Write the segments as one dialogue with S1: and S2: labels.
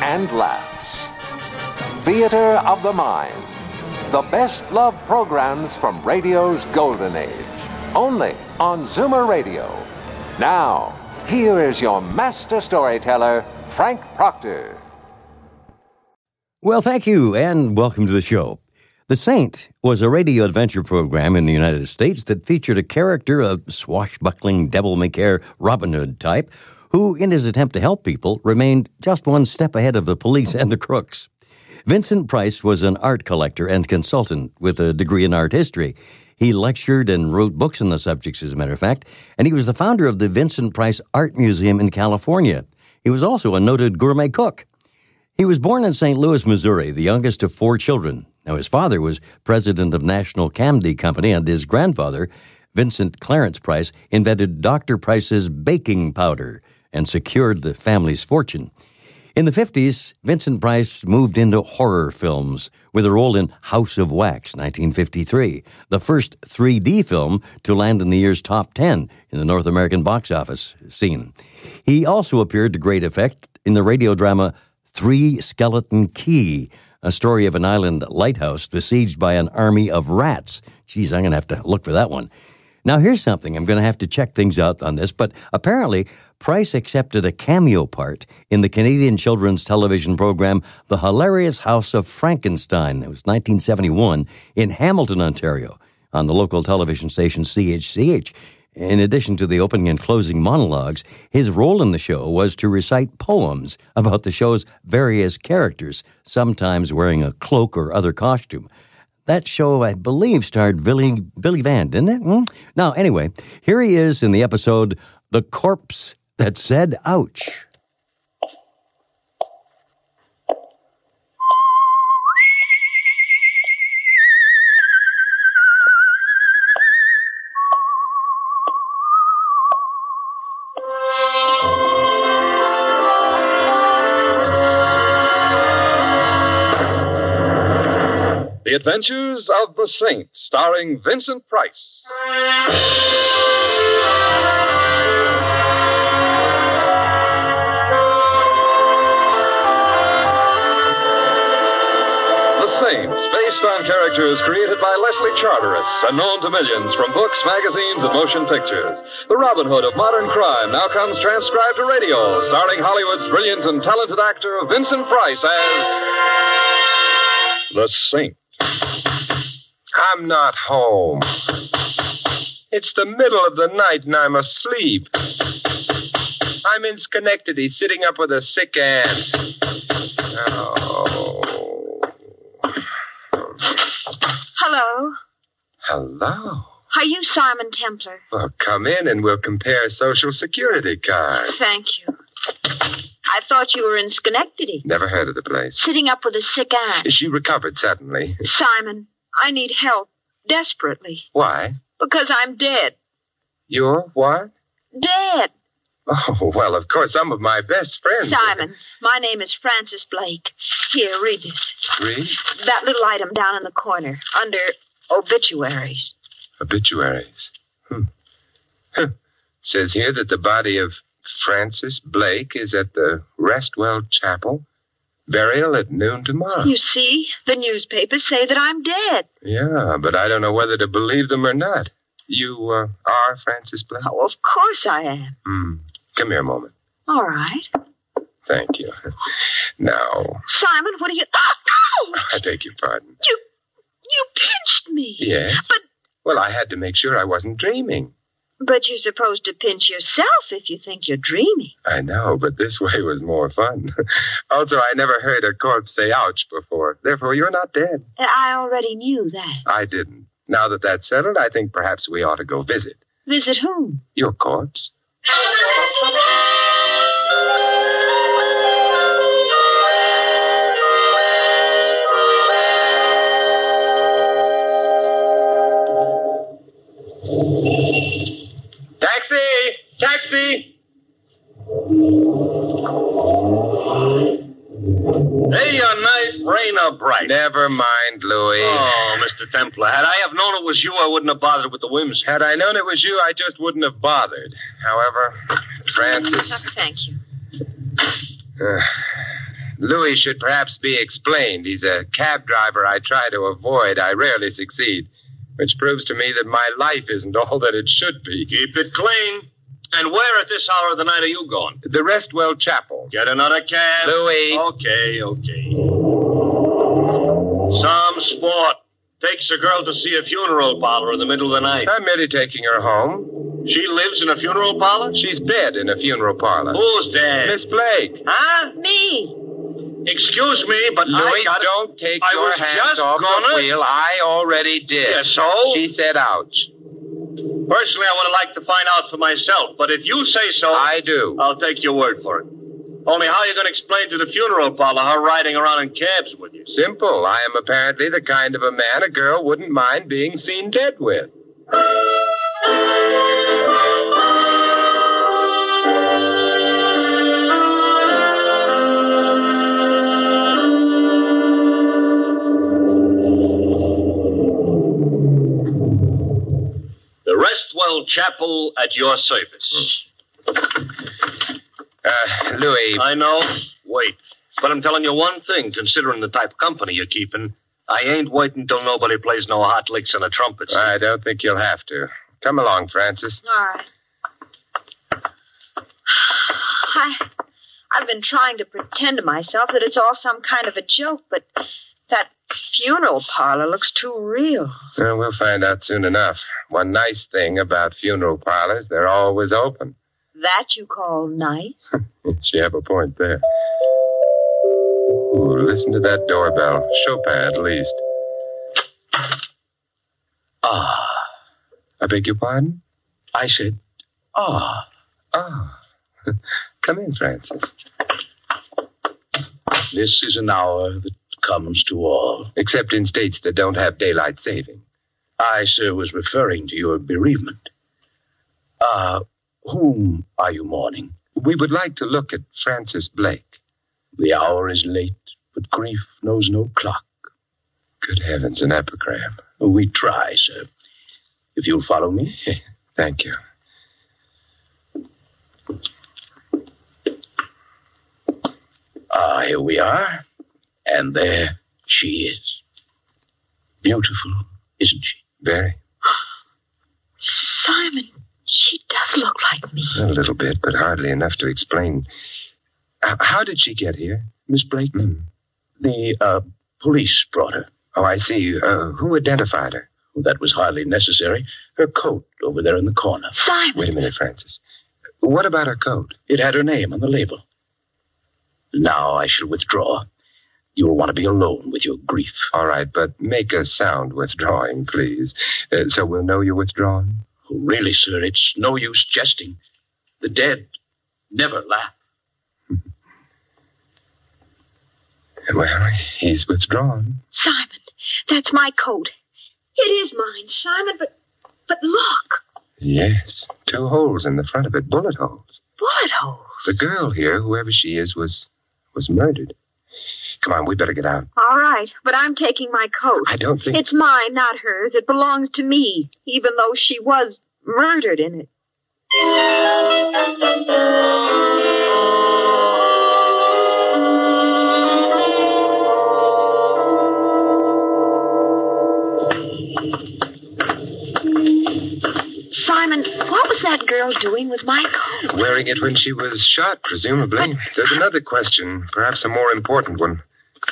S1: and laughs. Theater of the Mind. The best love programs from radio's golden age. Only on Zoomer Radio. Now, here is your master storyteller, Frank Proctor.
S2: Well, thank you, and welcome to the show. The Saint was a radio adventure program in the United States that featured a character, a swashbuckling, devil may care Robin Hood type, who, in his attempt to help people, remained just one step ahead of the police and the crooks. Vincent Price was an art collector and consultant with a degree in art history. He lectured and wrote books on the subjects, as a matter of fact, and he was the founder of the Vincent Price Art Museum in California. He was also a noted gourmet cook. He was born in St. Louis, Missouri, the youngest of four children. Now, his father was president of National Camdy Company, and his grandfather, Vincent Clarence Price, invented Dr. Price's baking powder and secured the family's fortune. In the 50s, Vincent Price moved into horror films with a role in House of Wax, 1953, the first 3D film to land in the year's top 10 in the North American box office scene. He also appeared to great effect in the radio drama Three Skeleton Key, a story of an island lighthouse besieged by an army of rats. Geez, I'm going to have to look for that one. Now, here's something. I'm going to have to check things out on this, but apparently, Price accepted a cameo part in the Canadian children's television program The Hilarious House of Frankenstein. That was 1971 in Hamilton, Ontario, on the local television station CHCH. In addition to the opening and closing monologues, his role in the show was to recite poems about the show's various characters, sometimes wearing a cloak or other costume. That show, I believe, starred Billy, Billy Van, didn't it? Hmm? Now, anyway, here he is in the episode The Corpse That Said Ouch.
S3: The Adventures of the Saint, starring Vincent Price. The Saint, based on characters created by Leslie Charteris and known to millions from books, magazines, and motion pictures. The Robin Hood of modern crime now comes transcribed to radio, starring Hollywood's brilliant and talented actor Vincent Price as The Saint.
S4: I'm not home. It's the middle of the night and I'm asleep. I'm in Schenectady sitting up with a sick aunt. Oh.
S5: Hello.
S4: Hello.
S5: Are you Simon Templar?
S4: Well, come in and we'll compare Social Security cards.
S5: Thank you. I thought you were in Schenectady,
S4: Never heard of the place.
S5: sitting up with a sick aunt.
S4: She recovered suddenly.
S5: Simon, I need help desperately
S4: Why?
S5: because I'm dead.
S4: You're what?
S5: Dead.
S4: Oh, well, of course, some of my best friends.
S5: Simon, my name is Francis Blake. Here, read this.
S4: Read
S5: That little item down in the corner under obituaries.
S4: Obituaries. Hmm. Huh. Says here that the body of Francis Blake is at the Restwell Chapel. Burial at noon tomorrow.
S5: You see, the newspapers say that I'm dead.
S4: Yeah, but I don't know whether to believe them or not. You uh, are Francis Blake?
S5: Oh, of course I am.
S4: Hmm. Come here a moment.
S5: All right.
S4: Thank you. now,
S5: Simon, what are you. Oh, no!
S4: I beg your pardon.
S5: You. You pinched me.
S4: Yes?
S5: But
S4: Well, I had to make sure I wasn't dreaming.
S5: But you're supposed to pinch yourself if you think you're dreaming.
S4: I know, but this way was more fun. also, I never heard a corpse say ouch before. Therefore, you're not dead.
S5: I already knew that.
S4: I didn't. Now that that's settled, I think perhaps we ought to go visit.
S5: Visit whom?
S4: Your corpse?
S6: Day or night, rain or bright.
S4: Never mind, Louis.
S6: Oh, Mr. Templar, had I have known it was you, I wouldn't have bothered with the whims.
S4: Had I known it was you, I just wouldn't have bothered. However, Uh, Francis.
S5: Thank you.
S4: Uh, Louis should perhaps be explained. He's a cab driver I try to avoid. I rarely succeed, which proves to me that my life isn't all that it should be.
S6: Keep it clean. And where at this hour of the night are you going?
S4: The Restwell Chapel.
S6: Get another cab.
S4: Louis.
S6: Okay, okay. Some sport takes a girl to see a funeral parlor in the middle of the night.
S4: I'm merely taking her home.
S6: She lives in a funeral parlor?
S4: She's dead in a funeral parlor.
S6: Who's dead?
S4: Miss Blake.
S6: Huh?
S5: Me.
S6: Excuse me, but
S4: Louis,
S6: I got
S4: don't take
S6: I
S4: your
S6: was
S4: hands
S6: just
S4: off
S6: gonna-
S4: the wheel. I already did.
S6: Yeah, so?
S4: She said, ouch.
S6: Personally, I would have liked to find out for myself, but if you say so,
S4: I do.
S6: I'll take your word for it. Only how are you going to explain to the funeral parlor her riding around in cabs with you?
S4: Simple. I am apparently the kind of a man a girl wouldn't mind being seen dead with.
S6: The Restwell Chapel at your service.
S4: Uh, Louis,
S6: I know. Wait. But I'm telling you one thing, considering the type of company you're keeping, I ain't waiting till nobody plays no hot licks on the trumpets.
S4: I don't think you'll have to. Come along, Francis.
S5: All right. I, I've been trying to pretend to myself that it's all some kind of a joke, but that funeral parlor looks too real.
S4: Uh, we'll find out soon enough. One nice thing about funeral parlors, they're always open.
S5: That you call nice?
S4: she have a point there. Ooh, listen to that doorbell. Chopin, at least.
S6: Ah,
S4: I beg your pardon?
S6: I said, ah.
S4: Ah. Come in, Francis.
S6: This is an hour that comes to all.
S4: Except in states that don't have daylight saving.
S6: I, sir, was referring to your bereavement. Ah, whom are you mourning?
S4: We would like to look at Francis Blake.
S6: The hour is late, but grief knows no clock.
S4: Good heavens, an epigram.
S6: We try, sir. If you'll follow me.
S4: Thank you.
S6: Ah, here we are. And there she is. Beautiful, isn't she?
S4: Very.
S5: Simon, she does look like me.
S4: A little bit, but hardly enough to explain. H- How did she get here, Miss Blake?
S6: The uh, police brought her.
S4: Oh, I see. Uh, who identified her?
S6: That was hardly necessary. Her coat over there in the corner.
S5: Simon,
S4: Wait a minute, Francis. What about her coat?
S6: It had her name on the label. Now I shall withdraw. You will want to be alone with your grief.
S4: All right, but make a sound withdrawing, please, uh, so we'll know you're withdrawing.
S6: Oh, really, sir, it's no use jesting. The dead never laugh.
S4: Well, he's withdrawn.
S5: Simon, that's my coat. It is mine, Simon, but but look,
S4: Yes, two holes in the front of it, bullet holes.
S5: bullet holes.
S4: The girl here, whoever she is, was was murdered. Come on, we better get out.
S5: All right, but I'm taking my coat.
S4: I don't think.
S5: It's mine, not hers. It belongs to me, even though she was murdered in it. Simon, what was that girl doing with my coat?
S4: Wearing it when she was shot, presumably. There's another question, perhaps a more important one.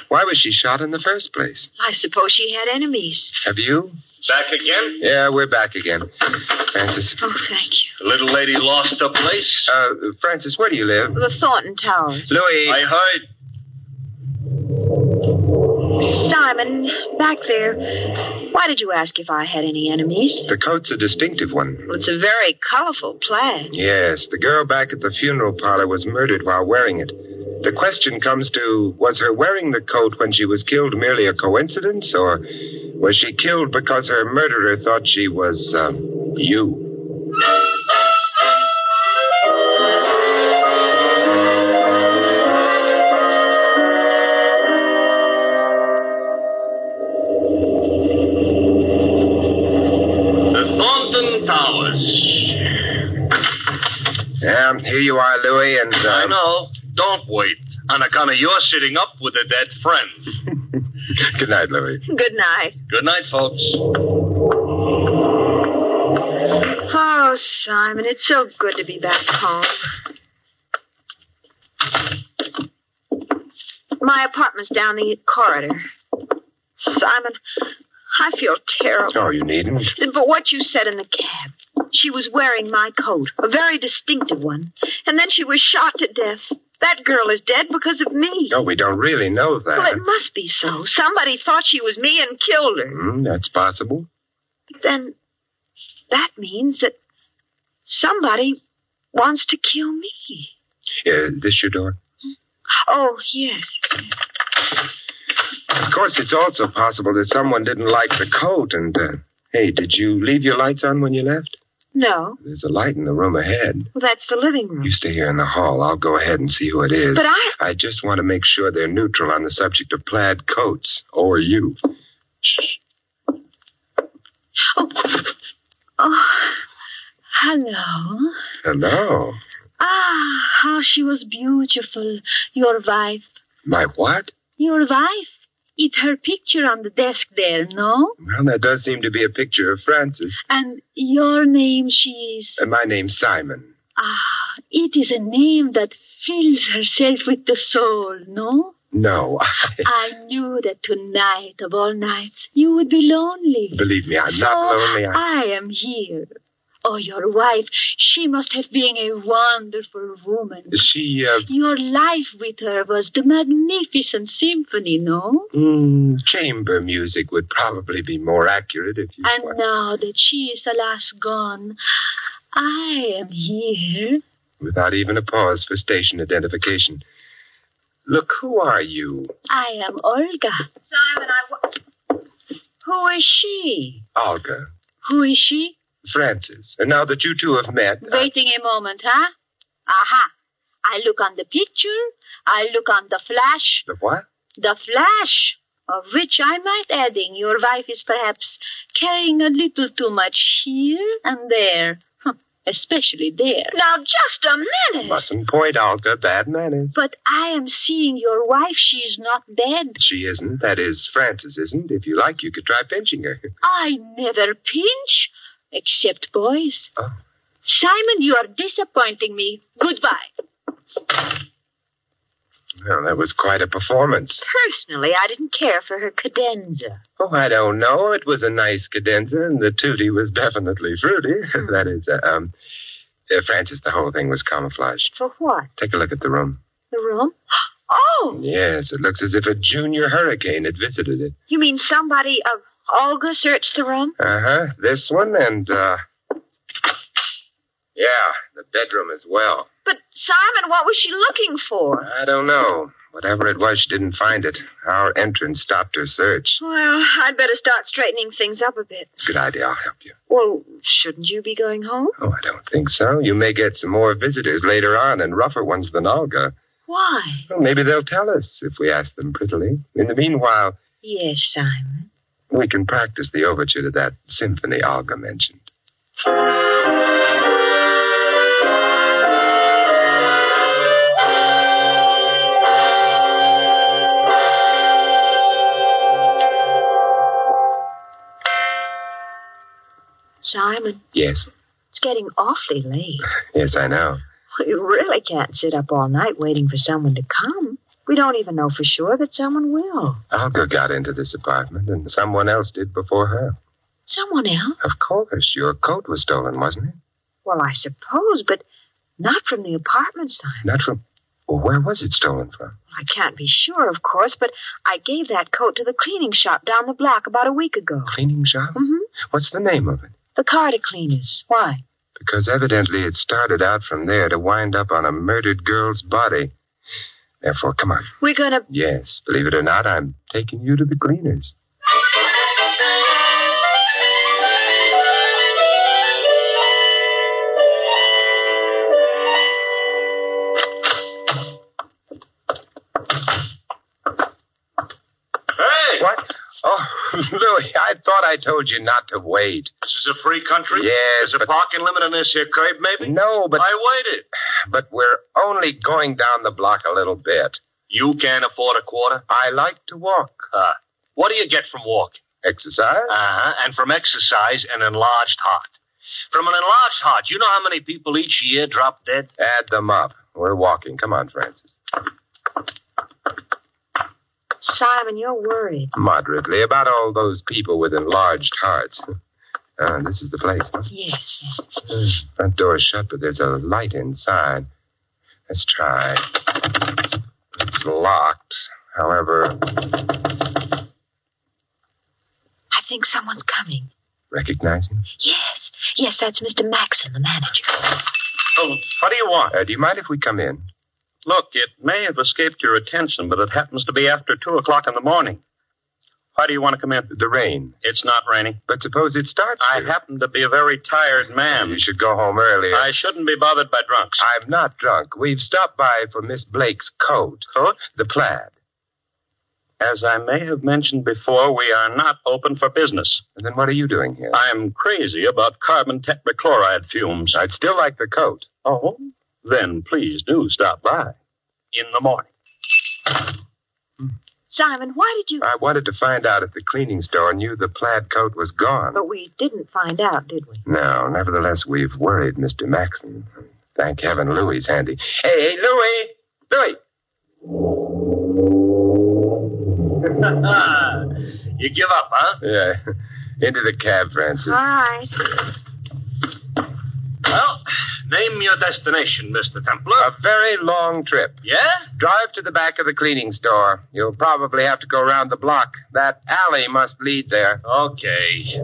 S4: Why was she shot in the first place?
S5: I suppose she had enemies.
S4: Have you?
S6: Back again?
S4: Yeah, we're back again. Francis.
S5: Oh, thank you.
S6: The little lady lost her place.
S4: Uh, Francis, where do you live?
S5: The Thornton Towers.
S4: Louis.
S6: I heard.
S5: Simon, back there. Why did you ask if I had any enemies?
S4: The coat's a distinctive one.
S5: Well, it's a very colorful plaid.
S4: Yes, the girl back at the funeral parlor was murdered while wearing it. The question comes to was her wearing the coat when she was killed merely a coincidence, or was she killed because her murderer thought she was, uh, you? here you are, Louis, and. Uh,
S6: I know. Don't wait. On account of your sitting up with a dead friend.
S4: Good night, Louis.
S5: Good night.
S6: Good night, folks.
S5: Oh, Simon, it's so good to be back home. My apartment's down the corridor. Simon, I feel terrible.
S4: Oh, you needn't.
S5: But what you said in the cab, she was wearing my coat, a very distinctive one, and then she was shot to death. That girl is dead because of me.
S4: No, we don't really know that.
S5: Well, it must be so. Somebody thought she was me and killed her.
S4: Hmm, that's possible.
S5: Then that means that somebody wants to kill me.
S4: Uh, this your door?
S5: Oh, yes.
S4: Of course, it's also possible that someone didn't like the coat and. Uh, hey, did you leave your lights on when you left?
S5: No,
S4: There's a light in the room ahead.
S5: well, that's the living room.
S4: You stay here in the hall. I'll go ahead and see who it is.
S5: But I.
S4: I just want to make sure they're neutral on the subject of plaid coats, or you.
S5: Oh. oh. Hello.
S4: Hello.
S5: Ah, how she was beautiful, your wife.
S4: My what?
S5: Your wife? It's her picture on the desk there, no?
S4: Well, that does seem to be a picture of Francis.
S5: And your name, she is.
S4: And my name's Simon.
S5: Ah, it is a name that fills herself with the soul, no?
S4: No,
S5: I knew that tonight, of all nights, you would be lonely.
S4: believe me, I'm
S5: so
S4: not lonely. I...
S5: I am here. Oh, your wife, she must have been a wonderful woman.
S4: She, uh,
S5: Your life with her was the magnificent symphony, no?
S4: mm, chamber music would probably be more accurate if you.
S5: And now that she is alas gone, I am here.
S4: Without even a pause for station identification. Look, who are you?
S5: I am Olga. Simon, I. Who is she?
S4: Olga.
S5: Who is she?
S4: Francis. And now that you two have met. I-
S5: Waiting a moment, huh? Aha. I look on the picture. I look on the flash.
S4: The what?
S5: The flash, of which I might adding your wife is perhaps carrying a little too much here and there. Huh, Especially there. Now, just a minute.
S4: Mustn't point, Olga. Bad manners.
S5: But I am seeing your wife. She is not dead.
S4: She isn't. That is, Francis isn't. If you like, you could try pinching her.
S5: I never pinch, except boys.
S4: Oh.
S5: Simon, you are disappointing me. Goodbye.
S4: Well, that was quite a performance.
S5: Personally, I didn't care for her cadenza.
S4: Oh, I don't know. It was a nice cadenza, and the tutti was definitely fruity. that is, uh, um, uh, Francis, the whole thing was camouflage.
S5: For what?
S4: Take a look at the room.
S5: The room? Oh!
S4: Yes, it looks as if a junior hurricane had visited it.
S5: You mean somebody of Olga searched the room?
S4: Uh huh. This one and, uh. Yeah, the bedroom as well.
S5: But, Simon, what was she looking for?
S4: I don't know. Whatever it was, she didn't find it. Our entrance stopped her search.
S5: Well, I'd better start straightening things up a bit.
S4: It's a good idea. I'll help you.
S5: Well, shouldn't you be going home?
S4: Oh, I don't think so. You may get some more visitors later on and rougher ones than Olga.
S5: Why?
S4: Well, maybe they'll tell us if we ask them prettily. In the meanwhile,
S5: Yes, Simon.
S4: we can practice the overture to that symphony Olga mentioned.
S5: Simon,
S4: Yes.
S5: it's getting awfully late.
S4: Yes, I know.
S5: We really can't sit up all night waiting for someone to come. We don't even know for sure that someone will.
S4: Olga got into this apartment, and someone else did before her.
S5: Someone else?
S4: Of course, your coat was stolen, wasn't it?
S5: Well, I suppose, but not from the apartment, Simon.
S4: Not from. Well, where was it stolen from?
S5: I can't be sure, of course, but I gave that coat to the cleaning shop down the block about a week ago.
S4: Cleaning shop?
S5: Mm-hmm.
S4: What's the name of it?
S5: The Carter cleaners. Why?
S4: Because evidently it started out from there to wind up on a murdered girl's body. Therefore, come on.
S5: We're gonna.
S4: Yes, believe it or not, I'm taking you to the cleaners.
S6: Hey!
S4: What? Oh, Louis, I thought I told you not to wait.
S6: This is a free country?
S4: Yes,
S6: There's a
S4: but-
S6: parking limit on this here curb, maybe?
S4: No, but
S6: I waited.
S4: but we're oh, only going down the block a little bit.
S6: You can't afford a quarter?
S4: I like to walk.
S6: Uh, what do you get from walking?
S4: Exercise?
S6: Uh huh. And from exercise, an enlarged heart. From an enlarged heart, you know how many people each year drop dead?
S4: Add them up. We're walking. Come on, Francis.
S5: Simon, you're worried.
S4: Moderately about all those people with enlarged hearts. Uh, this is the place. huh?
S5: Yes, yes.
S4: Front door is shut, but there's a light inside. Let's try. It's locked. However,
S5: I think someone's coming.
S4: recognizing.
S5: Yes, yes, that's Mr. Maxon, the manager.
S6: Oh, what do you want?
S4: Uh, do you mind if we come in?
S6: Look, it may have escaped your attention, but it happens to be after 2 o'clock in the morning. Why do you want to come in?
S4: The rain.
S6: It's not raining.
S4: But suppose it starts.
S6: I
S4: to.
S6: happen to be a very tired man.
S4: You should go home earlier.
S6: I shouldn't be bothered by drunks.
S4: I'm not drunk. We've stopped by for Miss Blake's coat. Coat? The plaid.
S6: As I may have mentioned before, we are not open for business.
S4: And then what are you doing here?
S6: I'm crazy about carbon tetrachloride fumes.
S4: I'd still like the coat.
S6: Oh? Then please do stop by in the morning.
S5: Simon, why did you.
S4: I wanted to find out if the cleaning store knew the plaid coat was gone.
S5: But we didn't find out, did we?
S4: No, nevertheless, we've worried Mr. Maxon. Thank heaven Louie's handy. Hey, hey, Louie! Louie!
S6: you give up, huh?
S4: Yeah. Into the cab, Francis.
S5: All right.
S6: Well, name your destination, Mr.
S4: A
S6: Templar.
S4: very long trip.
S6: yeah?
S4: Drive to the back of the cleaning store. You'll probably have to go around the block. That alley must lead there.
S6: Okay.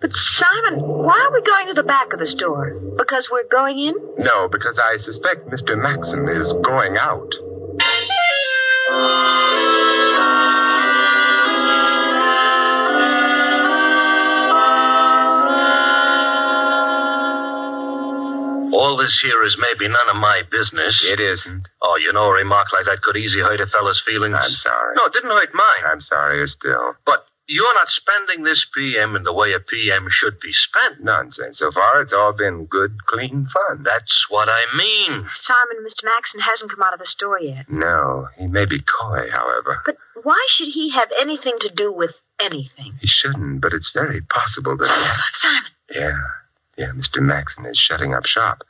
S5: But, Simon, why are we going to the back of the store? Because we're going in?
S4: No, because I suspect Mr. Maxon is going out.
S6: All this here is maybe none of my business.
S4: It isn't.
S6: Oh, you know, a remark like that could easy hurt a fella's feelings.
S4: I'm sorry.
S6: No, it didn't hurt mine.
S4: I'm sorrier still.
S6: But you're not spending this PM in the way a PM should be spent.
S4: Nonsense. So far, it's all been good, clean fun.
S6: That's what I mean.
S5: Simon, Mr. Maxon hasn't come out of the store yet.
S4: No, he may be coy, however.
S5: But why should he have anything to do with anything?
S4: He shouldn't, but it's very possible that.
S5: Simon,
S4: Yeah. Yeah, Mr. Maxon is shutting up shop.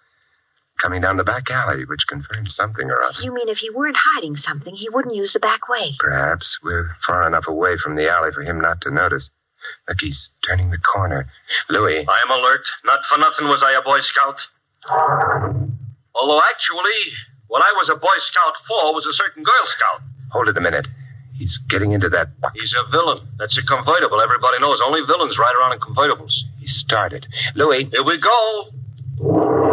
S4: Coming down the back alley, which confirms something or other.
S5: you mean if he weren't hiding something, he wouldn't use the back way?
S4: Perhaps we're far enough away from the alley for him not to notice. Look, he's turning the corner. Louis.
S6: I am alert. Not for nothing was I a Boy Scout. Although, actually, what I was a Boy Scout for was a certain Girl Scout.
S4: Hold it a minute. He's getting into that bucket.
S6: He's a villain. That's a convertible. Everybody knows. Only villains ride around in convertibles.
S4: He started. Louis.
S6: Here we go.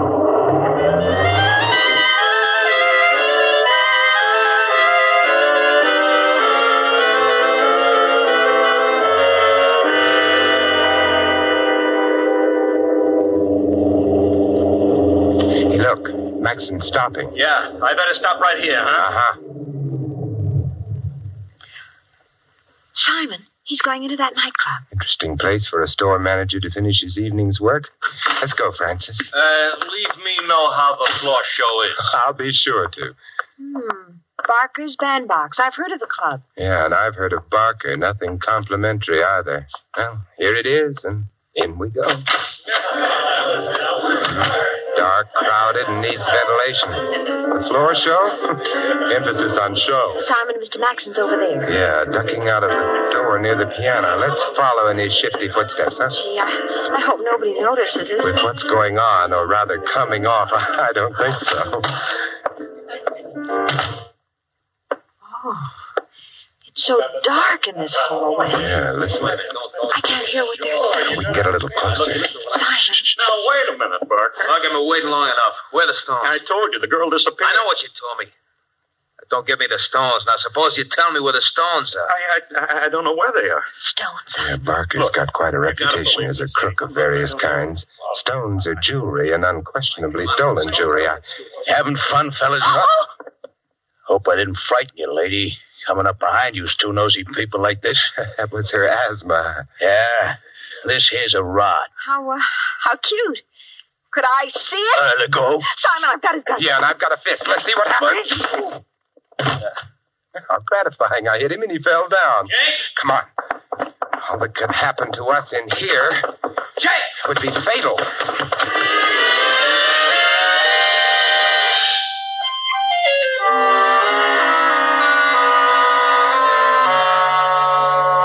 S4: Hey, look. Maxon's stopping.
S6: Yeah, I better stop right here, huh?
S4: Uh-huh.
S5: Simon, he's going into that nightclub.
S4: Interesting place for a store manager to finish his evening's work. Let's go, Francis.
S6: Uh, leave me know how the floor show is.
S4: I'll be sure to.
S5: Hmm. Barker's Bandbox. I've heard of the club.
S4: Yeah, and I've heard of Barker. Nothing complimentary either. Well, here it is, and in we go. Dark, crowded, and needs ventilation. The floor show? Emphasis on show.
S5: Simon, Mr. Maxon's over there.
S4: Yeah, ducking out of the door near the piano. Let's follow in his shifty footsteps, huh?
S5: Gee, I, I hope nobody notices
S4: With
S5: this.
S4: what's going on, or rather coming off, I don't think so.
S5: Oh. It's so dark in this hallway.
S4: Yeah,
S5: I
S4: listen.
S5: can't hear what they're saying.
S4: We can get a little closer.
S5: Simon,
S6: Now, wait a minute, Barker. I've been waiting long enough. Where are the stones? I told you, the girl disappeared. I know what you told me. Don't give me the stones. Now, suppose you tell me where the stones are. I, I, I don't know where they are.
S5: stones.
S4: Yeah, Barker's got quite a reputation as a crook of various kinds. Stones are jewelry, and unquestionably stolen jewelry. I,
S6: Having fun, fellas?
S5: Oh!
S6: Hope I didn't frighten you, lady. Coming up behind you, two nosy people like this.
S4: that was her asthma.
S6: yeah, this here's a rod.
S5: How, uh, how cute. Could I see it?
S7: Uh, let go.
S5: Simon, I've got his gun.
S4: Yeah, and I've got a fist. Let's see what happens. How gratifying. I hit him and he fell down. Jake! Come on. All that could happen to us in here. Jake! Would be fatal.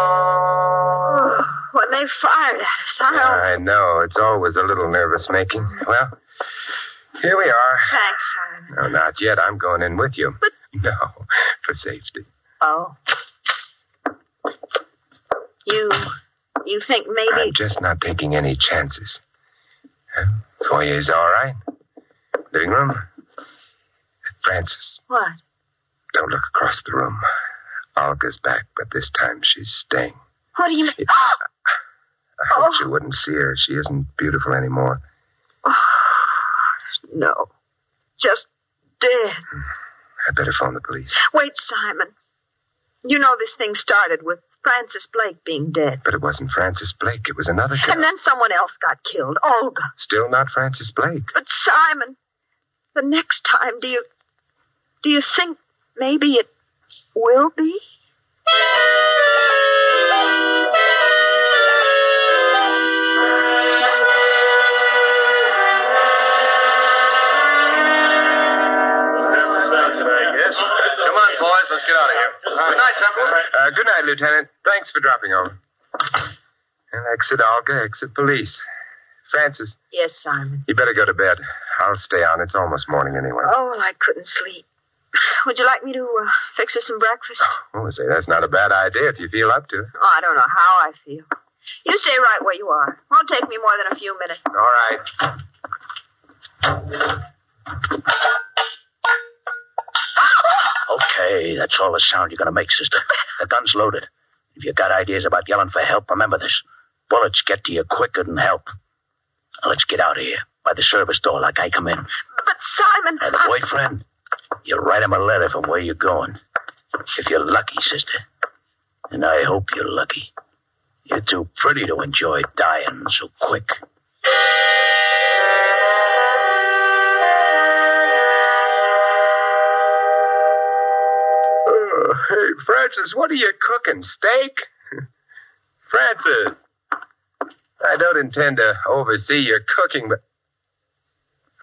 S5: Oh, when they fired at us, I don't...
S4: I know. It's always a little nervous making. Well, here we are.
S5: Thanks, Simon.
S4: No, not yet. I'm going in with you. No, for safety.
S5: Oh. You... You think maybe...
S4: I'm just not taking any chances. Uh, Foyer's all right. Living room? Francis,
S5: What?
S4: don't look across the room. Olga's back, but this time she's staying.
S5: What do you Ah! Oh. mean?
S4: I hope you wouldn't see her. She isn't beautiful anymore.
S5: No. Just dead.
S4: I better phone the police.
S5: Wait, Simon. You know this thing started with Francis Blake being dead.
S4: But it wasn't Francis Blake. It was another girl.
S5: And then someone else got killed. Olga.
S4: Still not Francis Blake.
S5: But Simon, the next time, do you do you think maybe it will be?
S7: Come on, boys. Let's get out of here.
S4: Uh-huh.
S7: Good night, Temple.
S4: Uh, good night, Lieutenant. Thanks for dropping over. And exit Olga, exit police. Francis,
S5: Yes, Simon.
S4: you better go to bed. I'll stay on. It's almost morning anyway.
S5: Oh, well, I couldn't sleep. Would you like me to uh, fix us some breakfast?
S4: Oh, say, that's not a bad idea if you feel up to it.
S5: Oh, I don't know how I feel. You stay right where you are. Won't take me more than a few minutes.
S4: All right.
S8: Okay, that's all the sound you're going to make, sister. The gun's loaded. If you got ideas about yelling for help, remember this. Bullets get to you quicker than help. Now, let's get out of here. By the service door, like I come in.
S5: But Simon,
S8: And the boyfriend, you write him a letter from where you're going. If you're lucky, sister. And I hope you're lucky. You're too pretty to enjoy dying so quick.
S4: Oh, hey, Francis, what are you cooking? Steak? Francis, I don't intend to oversee your cooking, but.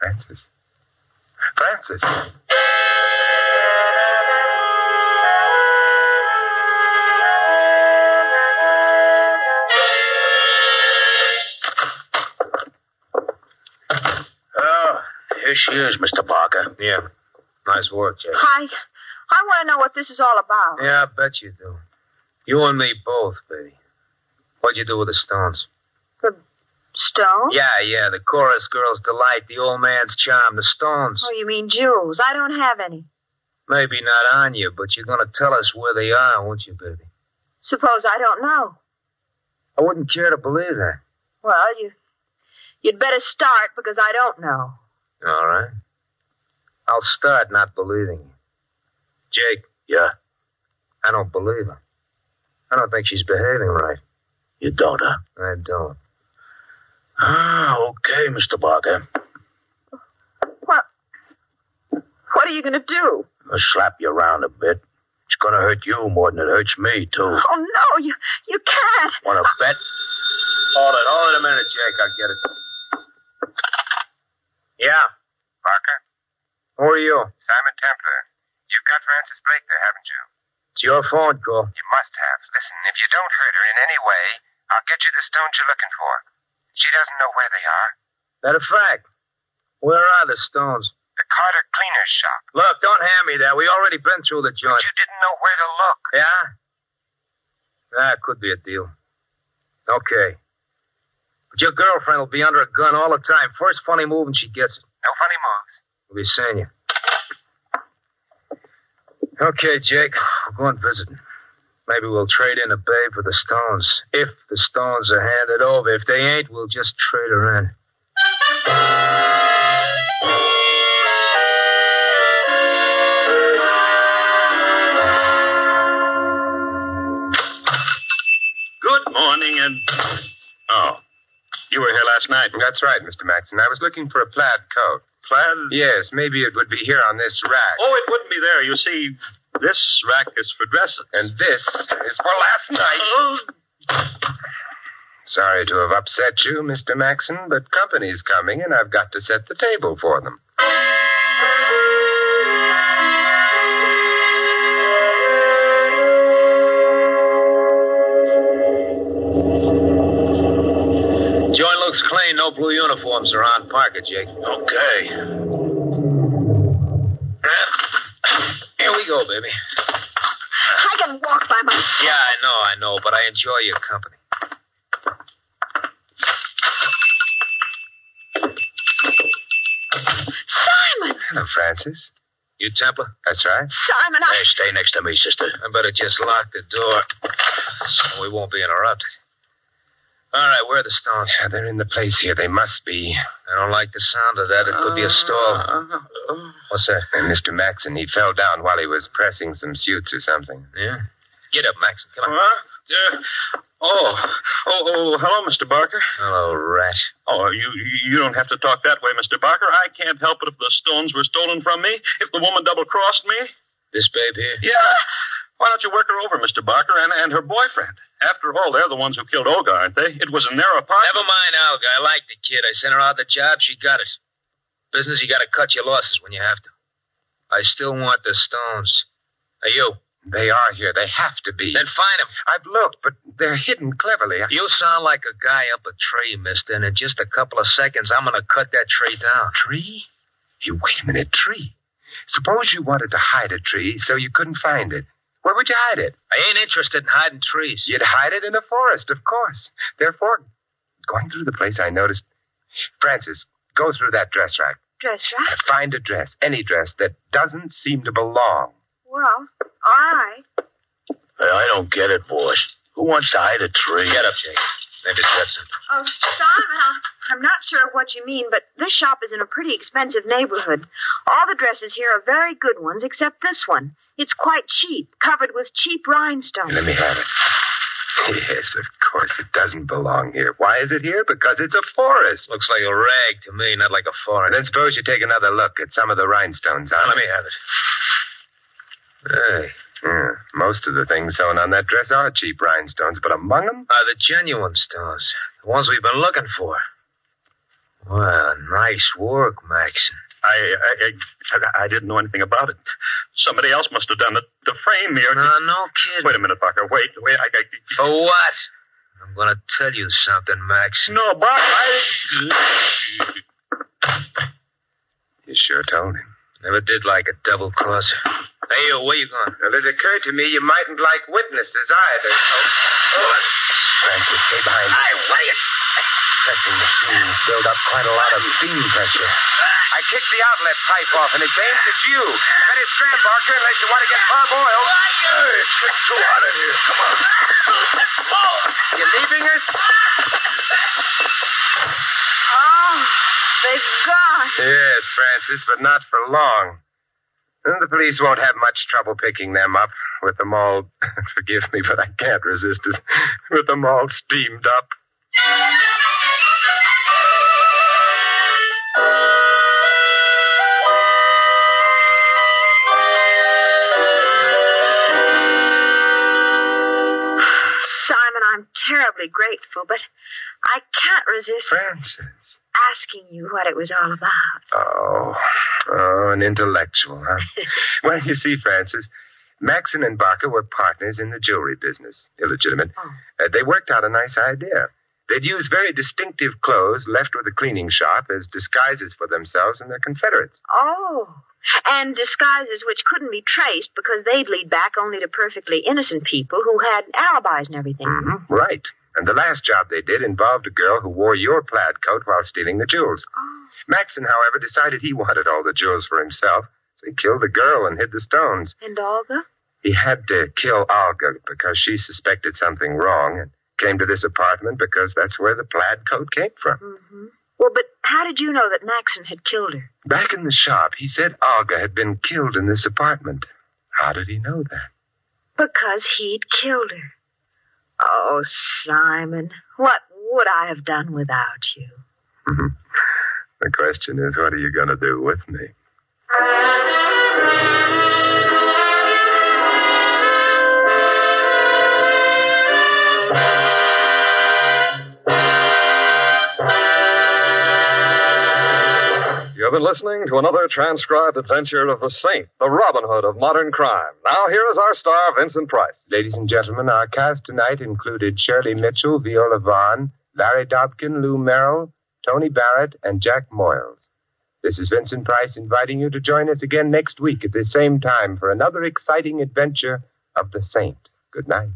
S4: Francis. Francis.
S8: Oh, here she is, Mr. Parker.
S7: Yeah. Nice work, Jake.
S5: I I want to know what this is all about.
S7: Yeah, I bet you do. You and me both, baby. What'd you do with the stones?
S5: The stone?
S7: Yeah, yeah, the chorus girl's delight, the old man's charm, the stones.
S5: Oh, you mean jewels? I don't have any.
S7: Maybe not on you, but you're gonna tell us where they are, won't you, baby?
S5: Suppose I don't know.
S7: I wouldn't care to believe that.
S5: Well, you you'd better start because I don't know.
S7: All right. I'll start not believing you. Jake,
S8: Yeah,
S7: I don't believe her. I don't think she's behaving right.
S8: you don't, huh?
S7: I don't.
S8: Ah, okay, Mr. Parker.
S5: What What are you going to do?
S8: I'll slap you around a bit. It's going to hurt you more than it hurts me, too.
S5: Oh no, you you can't.
S8: Want to bet?
S7: Hold it, hold it a minute, Jake. I'll get it. Yeah. Parker? Who are you?
S4: Simon Templar, you've got Francis Blake there, haven't you?
S7: It's your phone call.
S4: You must have. Listen, if you don't hurt her in any way, I'll get you the stones you're looking for. She doesn't know where they are.
S7: Matter of fact, where are the stones?
S4: The Carter Cleaner's shop.
S7: Look, don't hand me that. We already been through the joint.
S4: You didn't know where to look.
S7: Yeah? That could be a deal. Okay. But your girlfriend will be under a gun all the time. First funny move and she gets it.
S4: No funny moves.
S7: We'll be seeing you. Okay, Jake. We're going visiting. Maybe we'll trade in a babe for the stones. If the stones are handed over. If they ain't, we'll just trade her in.
S8: Good morning, and. Oh, you were here last
S6: last night.
S4: That's right, Mr. Maxon. I was looking for a plaid coat. Plaid? Yes, maybe it would be here on this rack.
S6: Oh, it wouldn't be there. You see, this rack is for dresses.
S4: And this is for last night. Sorry to have upset you, Mr. Maxon, but company's coming, and I've got to set the table for them.
S7: Joint looks clean. No blue uniforms around Parker, Jake. Okay. Here we go, baby.
S5: I can walk by myself.
S7: Yeah, I know, I know, but I enjoy your company.
S5: Simon!
S4: Hello, Francis.
S7: You temper?
S4: That's right.
S5: Simon, I.
S7: Hey, stay next to me, sister. I better just lock the door so we won't be interrupted. All right, where are the stones?
S4: Yeah, they're in the place here. They must be.
S7: I don't like the sound of that. It could be a stall. What's that?
S4: And Mr. Maxon, he fell down while he was pressing some suits or something.
S7: Yeah? Get up, Max. Come on.
S6: Huh? Yeah. Oh. oh, oh, hello, Mr. Barker.
S7: Hello, rat.
S6: Oh, you you don't have to talk that way, Mr. Barker. I can't help it if the stones were stolen from me, if the woman double crossed me.
S7: This babe here?
S6: Yeah. Why don't you work her over, Mr. Barker, and, and her boyfriend? After all, they're the ones who killed Olga, aren't they? It was in their apartment.
S7: Never mind, Alga. I like the kid. I sent her out the job. She got it. Business, you got to cut your losses when you have to. I still want the stones. Are you?
S4: They are here. They have to be.
S7: Then find them.
S4: I've looked, but they're hidden cleverly. I-
S7: You sound like a guy up a tree, mister, and in just a couple of seconds, I'm going to cut that tree down.
S4: Tree? Hey, wait a minute, tree. Suppose you wanted to hide a tree so you couldn't find it. Where would you hide it?
S7: I ain't interested in hiding trees.
S4: You'd hide it in a forest, of course. Therefore, going through the place, I noticed. Francis, go through that dress rack.
S5: Dress right?
S4: and Find a dress, any dress, that doesn't seem to belong.
S5: Well, all right.
S8: Hey, I don't get it, boss. Who wants to hide a tree?
S7: Get up, Jake. Maybe that's it.
S5: Oh, Simon, I- I'm not sure what you mean, but this shop is in a pretty expensive neighborhood. All the dresses here are very good ones, except this one. It's quite cheap, covered with cheap rhinestones.
S4: Let me have it. Yes, of course, it doesn't belong here. Why is it here? Because it's a forest.
S7: Looks like a rag to me, not like a foreign.
S4: And then suppose you take another look at some of the rhinestones on
S7: Now, let me
S4: it.
S7: have it.
S4: Hey. Yeah, most of the things sewn on that dress are cheap rhinestones, but among them,
S7: Are Uh, the genuine stones. The ones we've been looking for. Well, nice work, Maxon.
S6: I, I, I, I didn't know anything about it. Somebody else must have done it to frame me. Or...
S7: No, no kidding.
S6: Wait a minute, Barker. Wait, wait. I, I...
S7: For what? I'm going to tell you something, Maxon.
S6: No, Barker, I...
S4: you sure told him.
S7: Never did like a double crosser. Hey, you, where you going?
S4: Well, it occurred to me you mightn't like witnesses either. So... Francis, stay behind. I wait. Pressing machines build up quite a lot of steam pressure. I kicked the outlet pipe off, and it's aimed at you. You better stand, Barker, unless you want to get parboiled. Hey, it's getting too hot in here. Come on. Let's go. You leaving us?
S5: Oh, they've gone.
S4: Yes, Francis, but not for long. And the police won't have much trouble picking them up with them all. Forgive me, but I can't resist it. With them all steamed up.
S5: Simon, I'm terribly grateful, but I can't resist
S4: Francis.
S5: asking you what it was all about.
S4: Oh, oh, an intellectual, huh? well, you see, Francis, Maxon and Barker were partners in the jewelry business, illegitimate. Uh, they worked out a nice idea. They'd use very distinctive clothes left with the cleaning shop as disguises for themselves and their confederates.
S5: Oh. And disguises which couldn't be traced because they'd lead back only to perfectly innocent people who had alibis and everything.
S4: Mhm, Right. And the last job they did involved a girl who wore your plaid coat while stealing the jewels. Maxon, however, decided he wanted all the jewels for himself, so he killed the girl and hid the stones.
S5: And Olga?
S4: He had to kill Olga because she suspected something wrong and came to this apartment because that's where the plaid coat came from.
S5: Mm-hmm. Well, but how did you know that Maxon had killed her?
S4: Back in the shop, he said Olga had been killed in this apartment. How did he know that?
S5: Because he'd killed her. Oh, Simon, what would I have done without you?
S4: The question is, what are you going to do with me?
S3: You have been listening to another transcribed adventure of the saint, the Robin Hood of modern crime. Now, here is our star, Vincent Price.
S4: Ladies and gentlemen, our cast tonight included Shirley Mitchell, Viola Vaughn, Larry Dobkin, Lou Merrill, Tony Barrett, and Jack Moyles. This is Vincent Price inviting you to join us again next week at the same time for another exciting adventure of the Saint. Good night.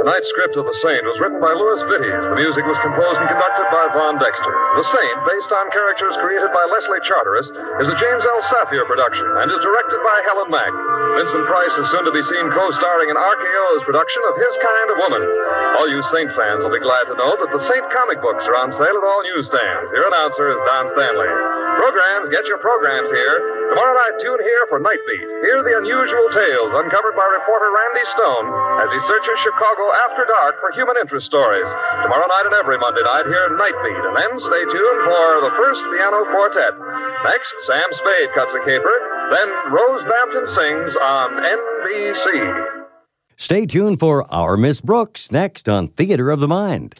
S3: Tonight's script of The Saint was written by Louis Vittes. The music was composed and conducted by Von Dexter. The Saint, based on characters created by Leslie Charteris, is a James L. Saphir production and is directed by Helen Mack. Vincent Price is soon to be seen co-starring in RKO's production of His Kind of Woman. All you Saint fans will be glad to know that the Saint comic books are on sale at all newsstands. Your announcer is Don Stanley. Programs, get your programs here. Tomorrow night, tune here for Night Beat. Hear the unusual tales uncovered by reporter Randy Stone as he searches Chicago after dark for human interest stories. Tomorrow night and every Monday night here at Night Beat. And then stay tuned for the first piano quartet. Next, Sam Spade cuts a caper. Then Rose Bampton sings on NBC.
S2: Stay tuned for Our Miss Brooks next on Theater of the Mind.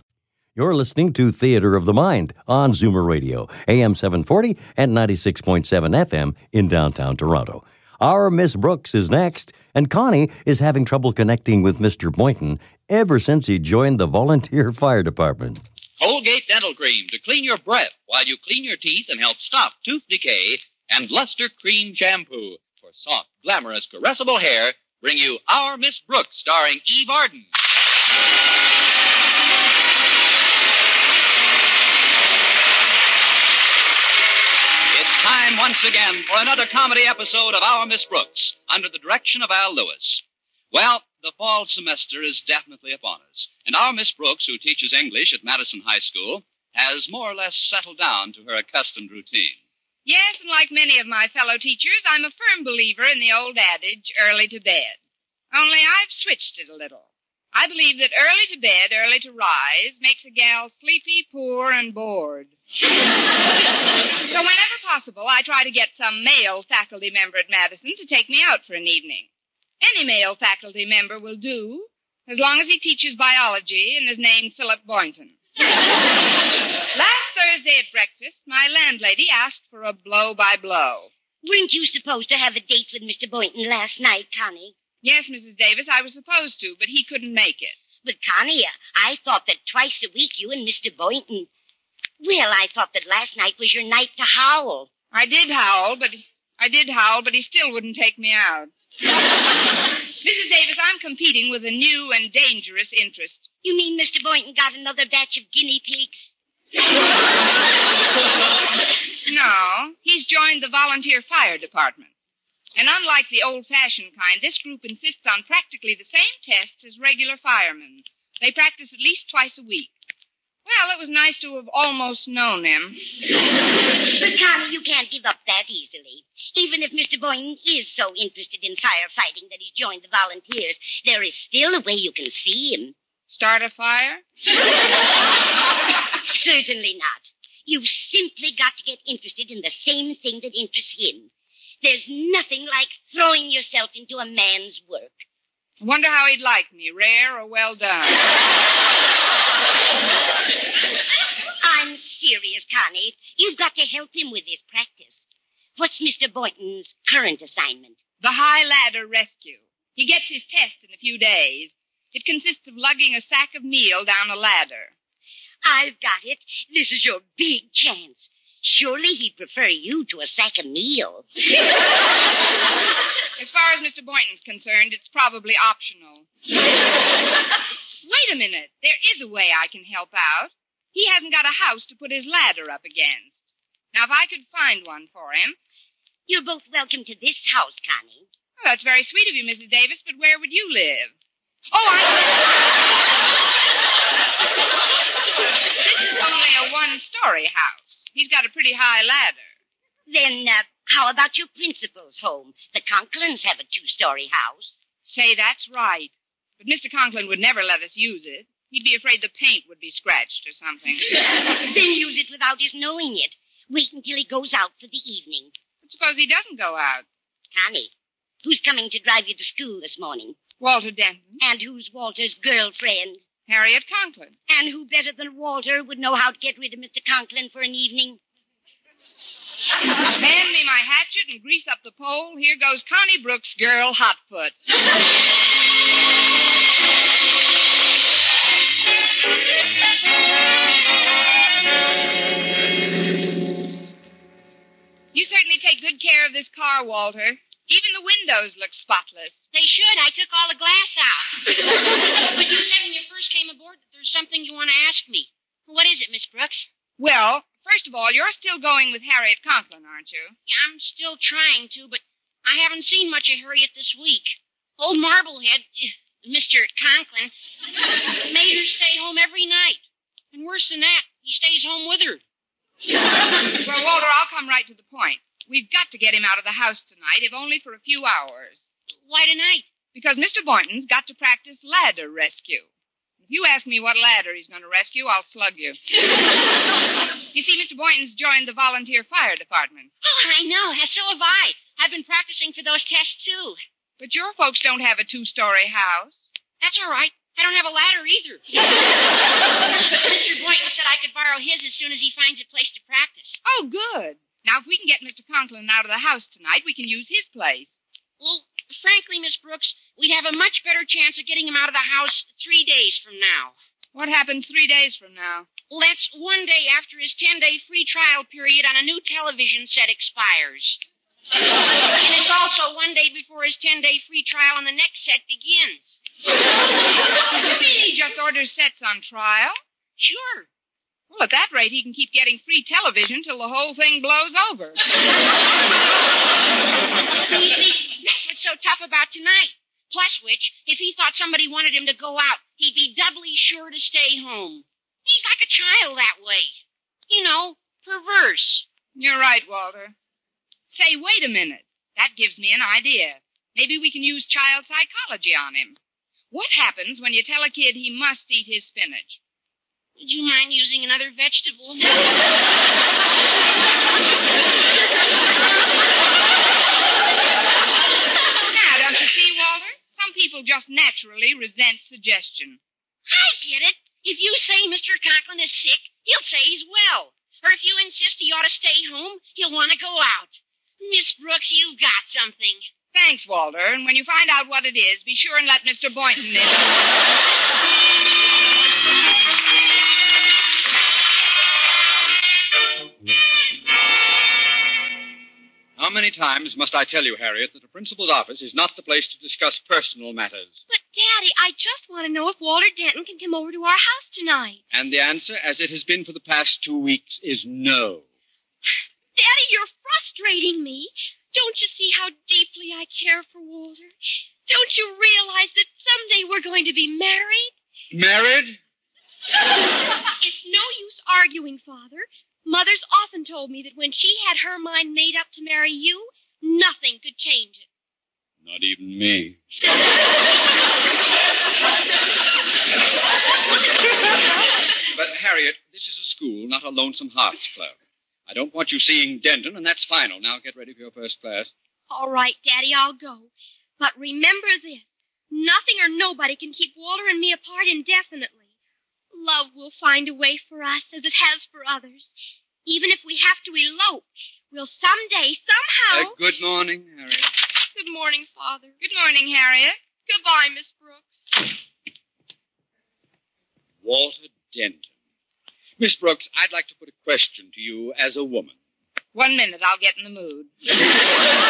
S2: You're listening to Theater of the Mind on Zoomer Radio, AM 740 and 96.7 FM in downtown Toronto. Our Miss Brooks is next, and Connie is having trouble connecting with Mr. Boynton ever since he joined the volunteer fire department.
S9: Colgate Dental Cream to clean your breath while you clean your teeth and help stop tooth decay. And Luster Cream Shampoo for soft, glamorous, caressable hair. Bring you Our Miss Brooks, starring Eve Arden. It's time once again for another comedy episode of Our Miss Brooks, under the direction of Al Lewis. Well, the fall semester is definitely upon us, and our Miss Brooks, who teaches English at Madison High School, has more or less settled down to her accustomed routine.
S10: Yes, and like many of my fellow teachers, I'm a firm believer in the old adage, early to bed. Only I've switched it a little. I believe that early to bed, early to rise, makes a gal sleepy, poor, and bored. so whenever possible, I try to get some male faculty member at Madison to take me out for an evening. Any male faculty member will do, as long as he teaches biology and is named Philip Boynton. Last Thursday at breakfast, my landlady asked for a blow by blow.
S11: Weren't you supposed to have a date with Mr. Boynton last night, Connie?
S10: Yes, Mrs. Davis, I was supposed to, but he couldn't make it.
S11: But, Connie, uh, I thought that twice a week you and Mr. Boynton. Well, I thought that last night was your night to howl.
S10: I did howl, but I did howl, but he still wouldn't take me out. Mrs. Davis, I'm competing with a new and dangerous interest.
S11: You mean Mr. Boynton got another batch of guinea pigs?
S10: No, he's joined the volunteer fire department. And unlike the old fashioned kind, this group insists on practically the same tests as regular firemen. They practice at least twice a week. Well, it was nice to have almost known him.
S11: But, Connie, you can't give up that easily. Even if Mr. Boynton is so interested in firefighting that he's joined the volunteers, there is still a way you can see him.
S10: Start a fire?
S11: Certainly not. You've simply got to get interested in the same thing that interests him. There's nothing like throwing yourself into a man's work.
S10: Wonder how he'd like me, rare or well done.
S11: I'm serious, Connie. You've got to help him with his practice. What's Mr. Boynton's current assignment?
S10: The high ladder rescue. He gets his test in a few days. It consists of lugging a sack of meal down a ladder.
S11: I've got it. This is your big chance. Surely he'd prefer you to a sack of meal.
S10: As far as Mr. Boynton's concerned, it's probably optional. Wait a minute. There is a way I can help out. He hasn't got a house to put his ladder up against. Now, if I could find one for him.
S11: You're both welcome to this house, Connie.
S10: Well, that's very sweet of you, Mrs. Davis, but where would you live? Oh, I. this is only a one story house. He's got a pretty high ladder.
S11: Then, uh, how about your principal's home? The Conklins have a two story house.
S10: Say, that's right. But Mr. Conklin would never let us use it. He'd be afraid the paint would be scratched or something.
S11: then use it without his knowing it. Wait until he goes out for the evening.
S10: But suppose he doesn't go out?
S11: Connie, who's coming to drive you to school this morning?
S10: Walter Denton.
S11: And who's Walter's girlfriend?
S10: Harriet Conklin.
S11: And who better than Walter would know how to get rid of Mr. Conklin for an evening?
S10: Hand me my hatchet and grease up the pole. Here goes Connie Brooks, girl Hotfoot. You certainly take good care of this car, Walter. Even the windows look spotless.
S12: They should. I took all the glass out. but you said when you first came aboard that there's something you want to ask me. What is it, Miss Brooks?
S10: Well, first of all, you're still going with Harriet Conklin, aren't you?
S12: Yeah, I'm still trying to, but I haven't seen much of Harriet this week. Old Marblehead, eh, Mr. Conklin, made her stay home every night. And worse than that, he stays home with her.
S10: well, Walter, I'll come right to the point. We've got to get him out of the house tonight, if only for a few hours.
S12: Why tonight?
S10: Because Mr. Boynton's got to practice ladder rescue. If you ask me what ladder he's going to rescue, I'll slug you. you see, Mr. Boynton's joined the volunteer fire department.
S12: Oh, I know. and So have I. I've been practicing for those tests, too.
S10: But your folks don't have a two story house.
S12: That's all right. I don't have a ladder either. Mr. Boynton said I could borrow his as soon as he finds a place to practice.
S10: Oh, good. Now, if we can get Mr. Conklin out of the house tonight, we can use his place.
S12: Well, frankly, Miss Brooks, we'd have a much better chance of getting him out of the house three days from now.
S10: What happens three days from now?
S12: Well, that's one day after his ten day free trial period on a new television set expires. and it's also one day before his ten day free trial on the next set begins.
S10: You mean he just orders sets on trial?
S12: Sure.
S10: Well, at that rate, he can keep getting free television till the whole thing blows over.
S12: You see, that's what's so tough about tonight. Plus, which, if he thought somebody wanted him to go out, he'd be doubly sure to stay home. He's like a child that way. You know, perverse.
S10: You're right, Walter. Say, wait a minute. That gives me an idea. Maybe we can use child psychology on him. What happens when you tell a kid he must eat his spinach?
S12: Would you mind using another vegetable?
S10: Now, don't you see, Walter? Some people just naturally resent suggestion.
S12: I get it. If you say Mr. Conklin is sick, he'll say he's well. Or if you insist he ought to stay home, he'll want to go out. Miss Brooks, you've got something.
S10: Thanks, Walter. And when you find out what it is, be sure and let Mr. Boynton in.
S13: How many times must I tell you, Harriet, that the principal's office is not the place to discuss personal matters?
S14: But, Daddy, I just want to know if Walter Denton can come over to our house tonight.
S13: And the answer, as it has been for the past two weeks, is no.
S14: Daddy, you're frustrating me. Don't you see how deeply I care for Walter? Don't you realize that someday we're going to be married?
S13: Married?
S14: it's no use arguing, Father. Mother's often told me that when she had her mind made up to marry you, nothing could change it.
S13: Not even me. But, Harriet, this is a school, not a Lonesome Hearts Club. I don't want you seeing Denton, and that's final. Now get ready for your first class.
S14: All right, Daddy, I'll go. But remember this nothing or nobody can keep Walter and me apart indefinitely. Love will find a way for us as it has for others. Even if we have to elope, we'll someday,
S13: Uh,
S14: somehow.
S13: good morning, Harriet.
S14: Good morning, Father.
S10: Good morning, Harriet.
S14: Goodbye, Miss Brooks.
S13: Walter Denton. Miss Brooks, I'd like to put a question to you as a woman.
S10: One minute, I'll get in the mood.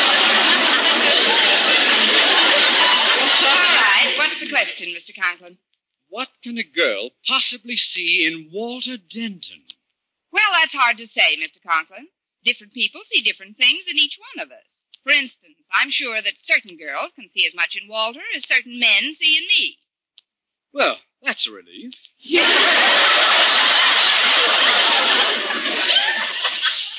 S10: All right, what's the question, Mr. Conklin?
S13: What can a girl possibly see in Walter Denton?
S10: Well, that's hard to say, Mr. Conklin. Different people see different things in each one of us. For instance, I'm sure that certain girls can see as much in Walter as certain men see in me.
S13: Well, that's a relief.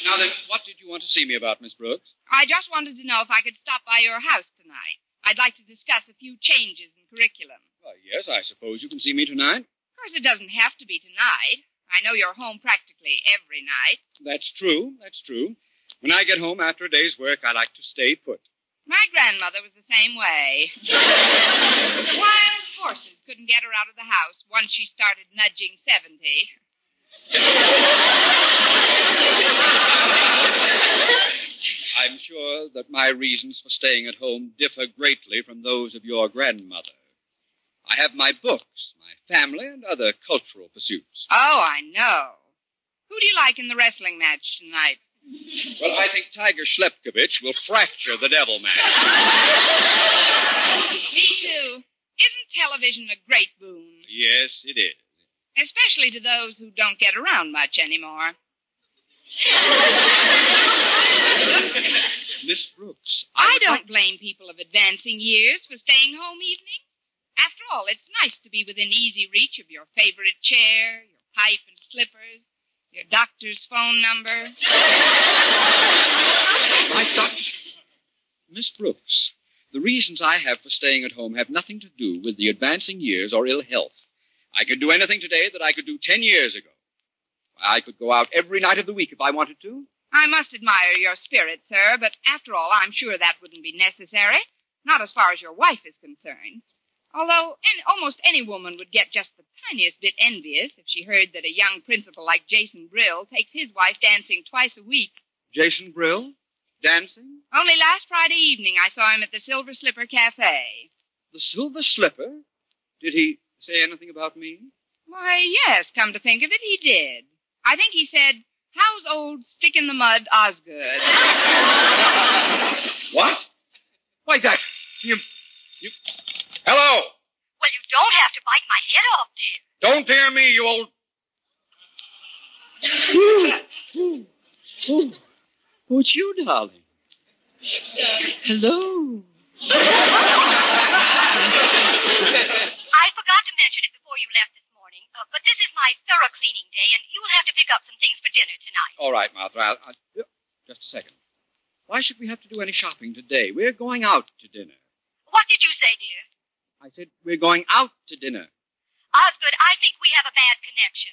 S13: Now then, what did you want to see me about, Miss Brooks?
S10: I just wanted to know if I could stop by your house tonight. I'd like to discuss a few changes in curriculum.
S13: Why, yes, I suppose you can see me tonight.
S10: Of course, it doesn't have to be tonight. I know you're home practically every night.
S13: That's true, that's true. When I get home after a day's work, I like to stay put.
S10: My grandmother was the same way. Wild horses couldn't get her out of the house once she started nudging 70.
S13: I'm sure that my reasons for staying at home differ greatly from those of your grandmother. I have my books, my family, and other cultural pursuits.
S10: Oh, I know. Who do you like in the wrestling match tonight?
S13: Well, I think Tiger Schlepkovich will fracture the devil man.
S10: Me too. Isn't television a great boon,
S13: Yes, it is.
S10: especially to those who don't get around much anymore?
S13: Miss Brooks,
S10: I don't blame people of advancing years for staying home evenings. After all, it's nice to be within easy reach of your favorite chair, your pipe and slippers, your doctor's phone number.
S13: My doctor. Miss Brooks, the reasons I have for staying at home have nothing to do with the advancing years or ill health. I could do anything today that I could do ten years ago. I could go out every night of the week if I wanted to.
S10: I must admire your spirit, sir, but after all, I'm sure that wouldn't be necessary. Not as far as your wife is concerned. Although an almost any woman would get just the tiniest bit envious if she heard that a young principal like Jason Brill takes his wife dancing twice a week.
S13: Jason Brill? Dancing?
S10: Only last Friday evening I saw him at the Silver Slipper Cafe.
S13: The Silver Slipper? Did he say anything about me?
S10: Why, yes, come to think of it, he did. I think he said, How's old stick in the mud Osgood?
S13: What? Why, that. You. You. Hello!
S12: Well, you don't have to bite my head off, dear.
S13: Don't dare me, you old. Oh, oh it's you, darling. Hello.
S12: I forgot to mention it before you left this morning, uh, but this is my thorough cleaning day, and you'll have to pick up some things for dinner tonight.
S13: All right, Martha. I'll, I'll, just a second. Why should we have to do any shopping today? We're going out to dinner.
S12: What did you say, dear?
S13: I said we're going out to dinner.
S12: Osgood, I think we have a bad connection.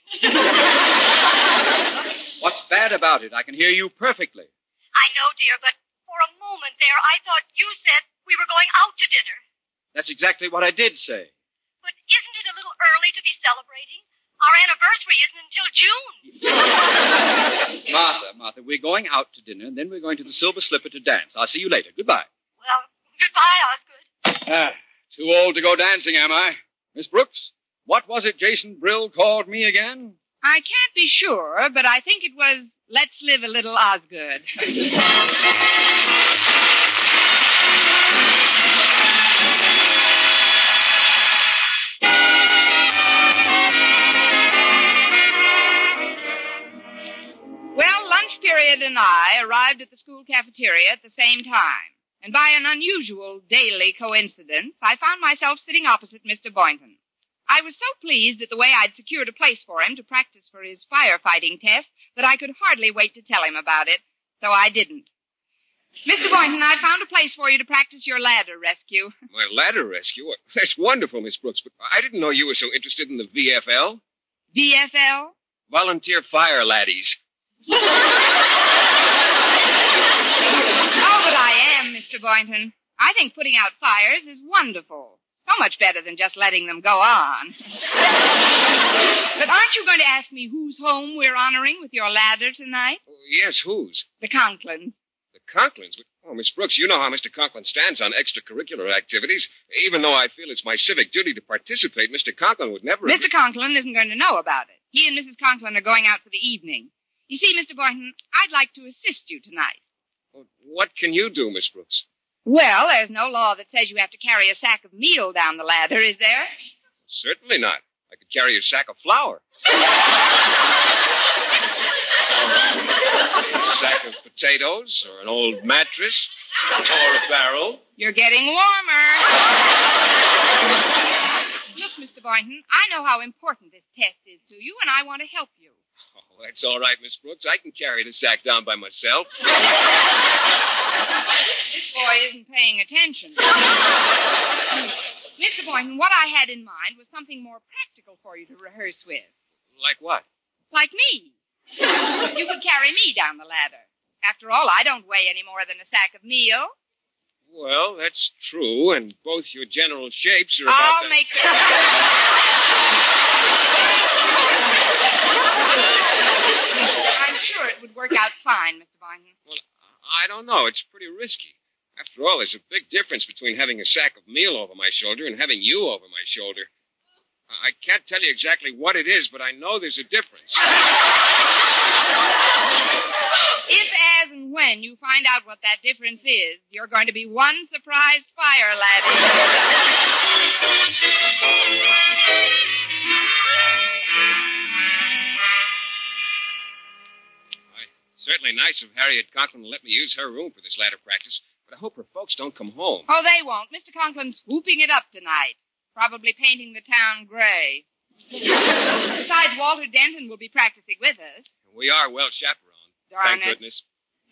S13: What's bad about it? I can hear you perfectly.
S12: I know, dear, but for a moment there, I thought you said we were going out to dinner.
S13: That's exactly what I did say.
S12: But isn't it a little early to be celebrating? Our anniversary isn't until June.
S13: Martha, Martha, we're going out to dinner, and then we're going to the Silver Slipper to dance. I'll see you later. Goodbye.
S12: Well, goodbye, Osgood.
S13: Ah, too old to go dancing, am I? Miss Brooks, what was it Jason Brill called me again?
S10: I can't be sure, but I think it was, Let's live a little Osgood. Well, lunch period and I arrived at the school cafeteria at the same time. And by an unusual daily coincidence, I found myself sitting opposite Mr. Boynton. I was so pleased at the way I'd secured a place for him to practice for his firefighting test that I could hardly wait to tell him about it, so I didn't. Mr. Boynton, I found a place for you to practice your ladder rescue.
S15: My ladder rescue? Well, That's wonderful, Miss Brooks, but I didn't know you were so interested in the VFL.
S10: VFL?
S15: Volunteer Fire Laddies.
S10: Oh, but I am, Mr. Boynton. I think putting out fires is wonderful. So much better than just letting them go on. but aren't you going to ask me whose home we're honoring with your ladder tonight?
S15: Yes, whose?
S10: The Conklin.
S15: The Conklins. Oh, Miss Brooks, you know how Mr. Conklin stands on extracurricular activities. Even though I feel it's my civic duty to participate, Mr. Conklin would never.
S10: Mr. Conklin isn't going to know about it. He and Mrs. Conklin are going out for the evening. You see, Mr. Boynton, I'd like to assist you tonight.
S15: What can you do, Miss Brooks?
S10: Well, there's no law that says you have to carry a sack of meal down the ladder, is there?
S15: Certainly not. I could carry a sack of flour. A sack of potatoes, or an old mattress, or a barrel.
S10: You're getting warmer. Look, Mr. Boynton, I know how important this test is to you, and I want to help you.
S15: Oh, that's all right, Miss Brooks. I can carry the sack down by myself.
S10: This boy isn't paying attention. Mr. Boynton, what I had in mind was something more practical for you to rehearse with.
S15: Like what?
S10: Like me. you could carry me down the ladder. After all, I don't weigh any more than a sack of meal.
S15: Well, that's true, and both your general shapes are about
S10: I'll
S15: that-
S10: make I'm sure it would work out fine, Mr. Boynton.
S15: I don't know. It's pretty risky. After all, there's a big difference between having a sack of meal over my shoulder and having you over my shoulder. I- I can't tell you exactly what it is, but I know there's a difference.
S10: If, as, and when you find out what that difference is, you're going to be one surprised fire, laddie.
S15: Certainly nice of Harriet Conklin to let me use her room for this latter practice, but I hope her folks don't come home.
S10: Oh, they won't. Mr. Conklin's whooping it up tonight. Probably painting the town gray. Besides, Walter Denton will be practicing with us.
S15: We are well chaperoned.
S10: Darn
S15: thank
S10: it.
S15: goodness.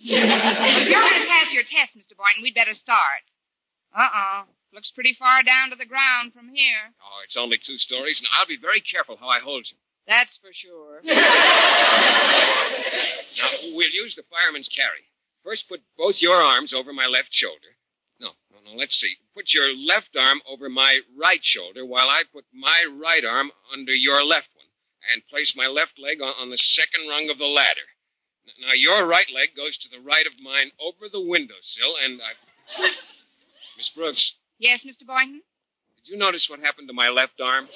S10: If you're going to pass your test, Mr. Boynton, we'd better start. Uh-uh. Looks pretty far down to the ground from here.
S15: Oh, it's only two stories, and I'll be very careful how I hold you.
S10: That's for sure.
S15: Now, we'll use the fireman's carry. First, put both your arms over my left shoulder. No, no, no, let's see. Put your left arm over my right shoulder while I put my right arm under your left one and place my left leg on, on the second rung of the ladder. N- Now, your right leg goes to the right of mine over the windowsill, and I. Miss Brooks,
S10: yes, Mr. Boynton?
S15: did you notice what happened to my left arm?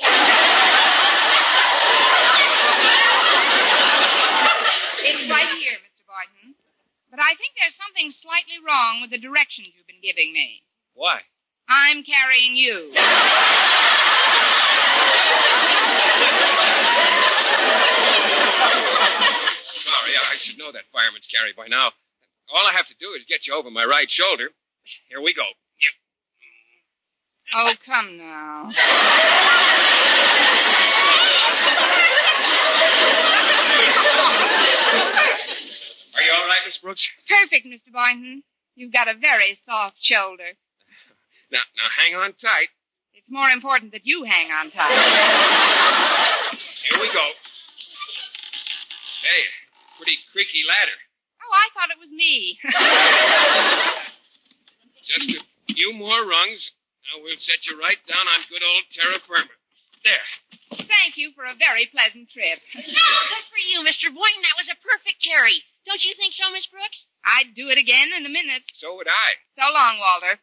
S10: It's right here, Mr. Boynton. But I think there's something slightly wrong with the directions you've been giving me.
S15: Why?
S10: I'm carrying you.
S15: Sorry, I I should know that fireman's carry by now. All I have to do is get you over my right shoulder. Here we go.
S10: Oh, come now.
S15: Are you all right, Miss Brooks?
S10: Perfect, Mr. Boynton. You've got a very soft shoulder.
S15: Now, now hang on tight.
S10: It's more important that you hang on tight.
S15: Here we go. Hey, pretty creaky ladder.
S10: Oh, I thought it was me.
S15: Just a few more rungs. Now we'll set you right down on good old terra firma. There.
S10: Thank you for a very pleasant trip.
S12: Good for you, Mr. Boynton. That was a perfect carry. Don't you think so, Miss Brooks?
S10: I'd do it again in a minute.
S15: So would I.
S10: So long, Walter.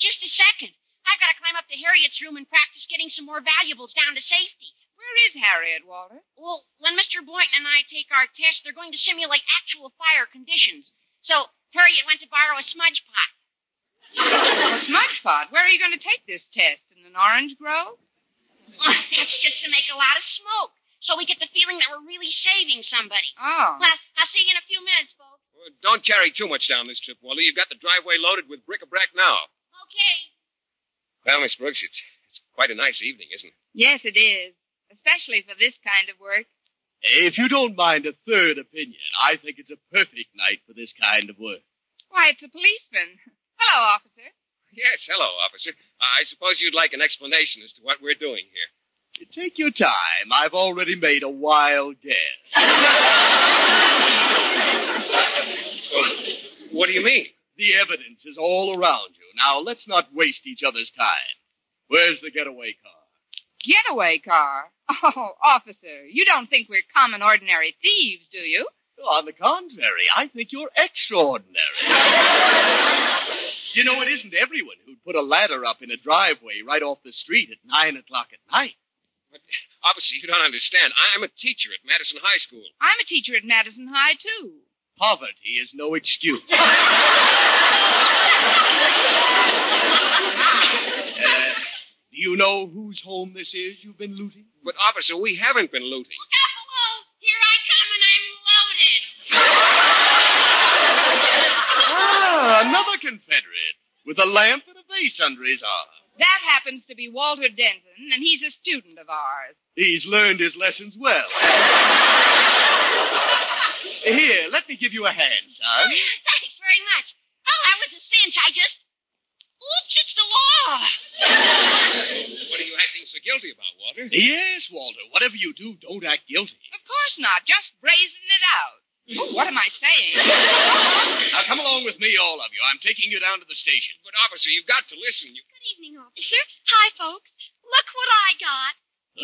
S12: Just a second. I've got to climb up to Harriet's room and practice getting some more valuables down to safety.
S10: Where is Harriet, Walter?
S12: Well, when Mr. Boynton and I take our test, they're going to simulate actual fire conditions. So Harriet went to borrow a smudge pot.
S10: A smudge pot. Where are you going to take this test? In an orange grove?
S12: That's just to make a lot of smoke, so we get the feeling that we're really saving somebody.
S10: Oh.
S12: Well, I'll see you in a few minutes, folks.
S15: Well, Don't carry too much down this trip, Walter. You've got the driveway loaded with bric-a-brac now.
S12: Okay.
S15: Well, Miss Brooks, it's, it's quite a nice evening, isn't it?
S10: Yes, it is. Especially for this kind of work.
S16: If you don't mind a third opinion, I think it's a perfect night for this kind of work.
S10: Why, it's a policeman. Hello, officer.
S15: Yes, hello, officer. I I suppose you'd like an explanation as to what we're doing here.
S16: Take your time. I've already made a wild guess.
S15: What do you mean?
S16: The evidence is all around you. Now, let's not waste each other's time. Where's the getaway car?
S10: Getaway car? Oh, officer, you don't think we're common, ordinary thieves, do you?
S16: Oh, On the contrary, I think you're extraordinary. You know, it isn't everyone who'd put a ladder up in a driveway right off the street at 9 o'clock at night.
S15: Officer, you don't understand. I- I'm a teacher at Madison High School.
S10: I'm a teacher at Madison High, too.
S16: Poverty is no excuse. Uh, Do you know whose home this is you've been looting?
S13: But, officer, we haven't been looting.
S12: Here I come and I'm loaded.
S16: Ah, another Confederate with a lamp and a vase under his arm.
S10: That happens to be Walter Denton, and he's a student of ours.
S16: He's learned his lessons well. Here, let me give you a hand, son.
S12: Thanks very much. Oh, that was a cinch. I just. Oops, it's the law.
S13: What are you acting so guilty about, Walter?
S16: Yes, Walter, whatever you do, don't act guilty.
S10: Of course not. Just brazen it out. Oh, what am I saying?
S16: Now come along with me, all of you. I'm taking you down to the station.
S13: But, officer, you've got to listen. You...
S14: Good evening, officer. Hi, folks. Look what I got.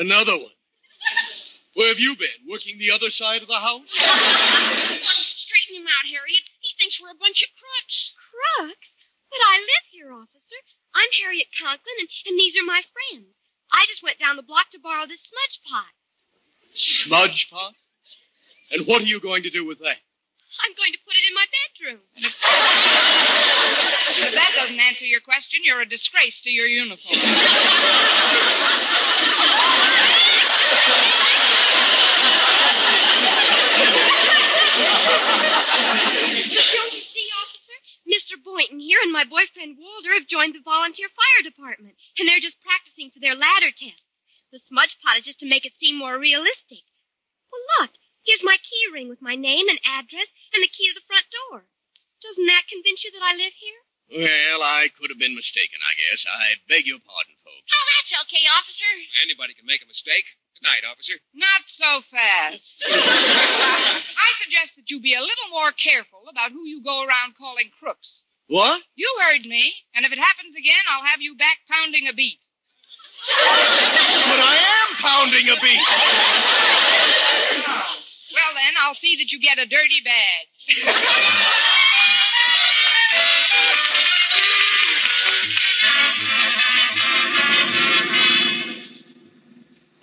S16: Another one. Where have you been? Working the other side of the house?
S12: Straighten him out, Harriet. He thinks we're a bunch of crooks.
S14: Crooks? But I live here, officer. I'm Harriet Conklin, and, and these are my friends. I just went down the block to borrow this smudge pot.
S16: Smudge pot? And what are you going to do with that?
S14: I'm going to put it in my bedroom.
S10: If that doesn't answer your question, you're a disgrace to your uniform.
S14: Don't you see, officer? Mr. Boynton here and my boyfriend Walter have joined the volunteer fire department, and they're just practicing for their ladder test. The smudge pot is just to make it seem more realistic. Well, look, here's my key ring with my name and address and the key to the front door. Doesn't that convince you that I live here?
S16: Well, I could have been mistaken, I guess. I beg your pardon, folks.
S12: Oh, that's okay, officer.
S13: Anybody can make a mistake. Good night, officer.
S10: Not so fast. I suggest that you be a little more careful about who you go around calling crooks.
S16: What?
S10: You heard me, and if it happens again, I'll have you back pounding a beat.
S16: But I am pounding a beat.
S10: Well, then, I'll see that you get a dirty badge.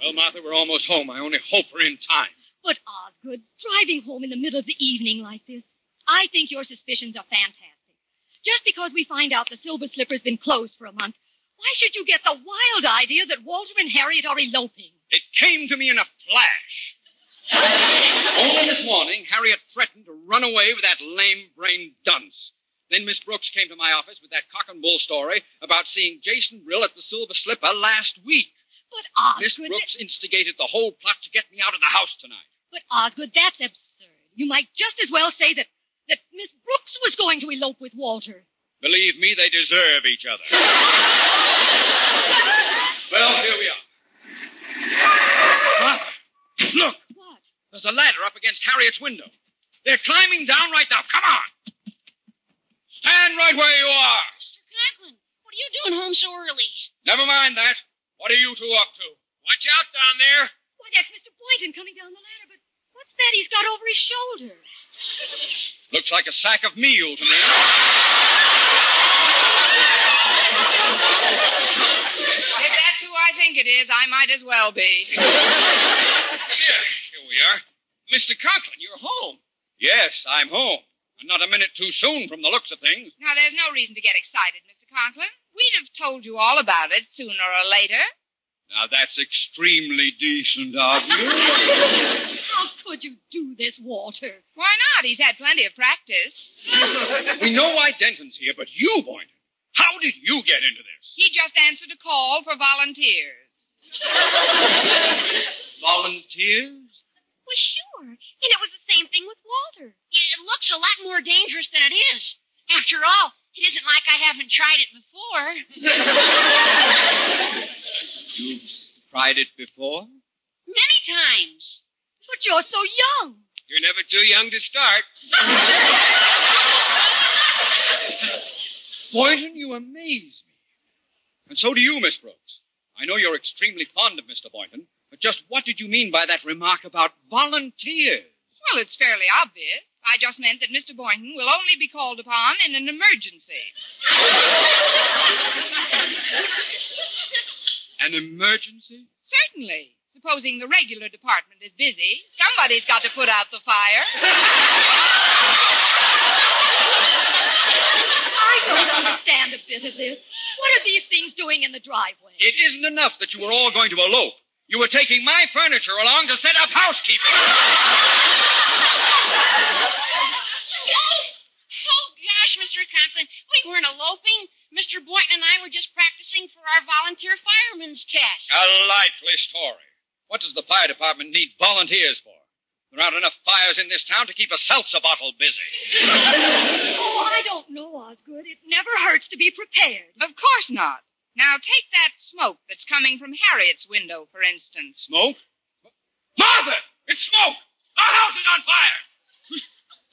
S13: Well, Martha, we're almost home. I only hope we're in time.
S14: But Osgood, driving home in the middle of the evening like this, I think your suspicions are fantastic. Just because we find out the Silver Slipper's been closed for a month, why should you get the wild idea that Walter and Harriet are eloping?
S13: It came to me in a flash. Only this morning, Harriet threatened to run away with that lame brained dunce. Then Miss Brooks came to my office with that cock and bull story about seeing Jason Brill at the Silver Slipper last week.
S14: But Osgood,
S13: Miss Brooks instigated the whole plot to get me out of the house tonight.
S14: but Osgood, that's absurd. You might just as well say that that Miss Brooks was going to elope with Walter.
S13: Believe me, they deserve each other. well, here we are. Martha, look. What? There's a ladder up against Harriet's window. They're climbing down right now. Come on. Stand right where you are.
S12: Conklin, what are you doing home so early?
S13: Never mind that. What are you two up to? Watch out down there.
S14: Why, that's Mr. Boynton coming down the ladder, but what's that he's got over his shoulder?
S13: Looks like a sack of meal to me.
S10: If that's who I think it is, I might as well be.
S13: Here we are. Mr. Conklin, you're home. Yes, I'm home. I'm not a minute too soon from the looks of things.
S10: Now, there's no reason to get excited, Mr. Conklin. We'd have told you all about it sooner or later.
S13: Now, that's extremely decent of you.
S14: How could you do this, Walter?
S10: Why not? He's had plenty of practice.
S13: we know why Denton's here, but you, Boynton, how did you get into this?
S10: He just answered a call for volunteers.
S13: Volunteers?
S12: Well, sure. And it was the same thing with Walter. Yeah, it looks a lot more dangerous than it is. After all, it isn't like I haven't tried it before.
S13: You've tried it before?
S12: Many times.
S14: But you're so young.
S13: You're never too young to start. Boynton, you amaze me. And so do you, Miss Brooks. I know you're extremely fond of Mr. Boynton, but just what did you mean by that remark about volunteers?
S10: Well, it's fairly obvious. I just meant that Mr. Boynton will only be called upon in an emergency.
S13: An emergency?
S10: Certainly. Supposing the regular department is busy, somebody's got to put out the fire.
S14: I
S12: I don't understand a bit of this. What are these things doing in the driveway?
S13: It isn't enough that you were all going to elope. You were taking my furniture along to set up housekeeping.
S12: Oh, gosh, Mr. Conklin, we weren't eloping. Mr. Boynton and I were just practicing for our volunteer fireman's test.
S13: A likely story. What does the fire department need volunteers for? There aren't enough fires in this town to keep a seltzer bottle busy.
S12: oh, I don't know, Osgood. It never hurts to be prepared.
S10: Of course not. Now take that smoke that's coming from Harriet's window, for instance.
S13: Smoke? Mother! It's smoke! Our house is on fire!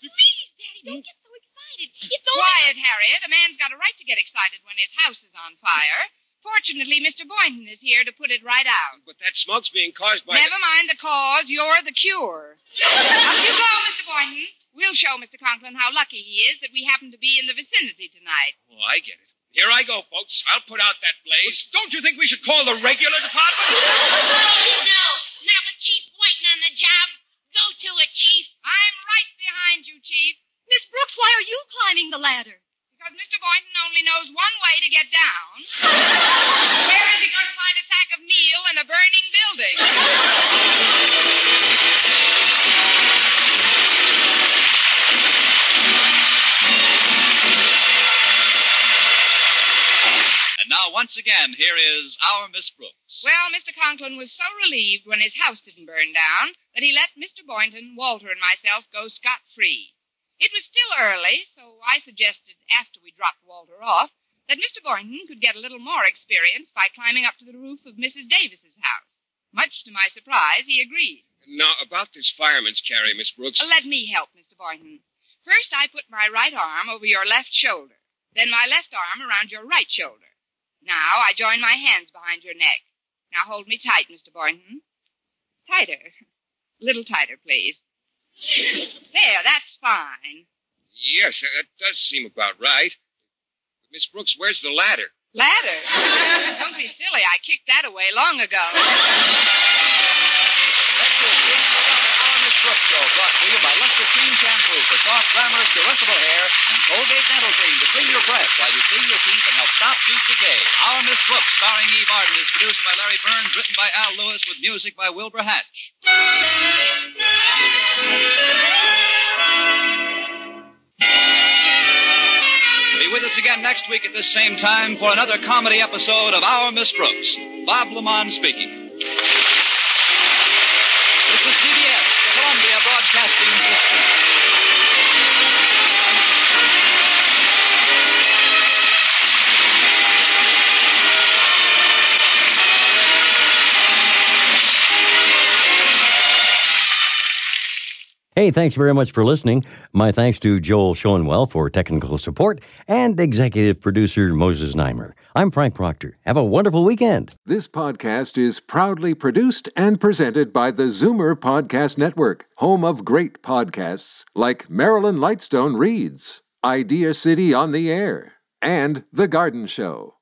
S12: Please, Daddy, don't get so excited. It's only.
S10: Quiet, Harriet. A man's got a right to get excited when his house is on fire. Fortunately, Mr. Boynton is here to put it right out.
S15: But that smoke's being caused by.
S10: Never mind the cause. You're the cure. Up you go, Mr. Boynton. We'll show Mr. Conklin how lucky he is that we happen to be in the vicinity tonight.
S15: Oh, I get it. Here I go, folks. I'll put out that blaze. don't you think we should call the regular department?
S12: No, not with Chief Boynton on the job. Go to it, Chief.
S10: I'm right behind you, Chief.
S12: Miss Brooks, why are you climbing the ladder?
S10: Because Mr. Boynton only knows one way to get down. Where is he going to find a sack of meal in a burning building?
S9: And now, once again, here is our Miss Brooks.
S10: Well, Mr. Conklin was so relieved when his house didn't burn down that he let Mr. Boynton, Walter, and myself go scot free. It was still early, so I suggested, after we dropped Walter off, that Mr. Boynton could get a little more experience by climbing up to the roof of Mrs. Davis's house. Much to my surprise, he agreed.
S15: now, about this fireman's carry, Miss Brooks.
S10: Let me help, Mr. Boynton. First, I put my right arm over your left shoulder, then my left arm around your right shoulder. Now I join my hands behind your neck. Now hold me tight, Mr. Boynton. Tighter. A little tighter, please. There, that's fine.
S15: Yes, that that does seem about right. But Miss Brooks, where's the ladder?
S10: Ladder? Don't be silly. I kicked that away long ago.
S9: Miss Brooks Show brought to you by Luster Cream Shampoo for soft, glamorous, caressable hair and Colgate Dental Cream to clean your breath while you clean your teeth and help stop tooth decay. Our Miss Brooks, starring Eve Arden, is produced by Larry Burns, written by Al Lewis, with music by Wilbur Hatch. Be with us again next week at this same time for another comedy episode of Our Miss Brooks. Bob Lamont speaking. This is CBS, the Columbia Broadcasting System.
S2: Hey, thanks very much for listening. My thanks to Joel Schoenwell for technical support and executive producer Moses Neimer. I'm Frank Proctor. Have a wonderful weekend.
S1: This podcast is proudly produced and presented by the Zoomer Podcast Network, home of great podcasts like Marilyn Lightstone Reads, Idea City on the Air, and The Garden Show.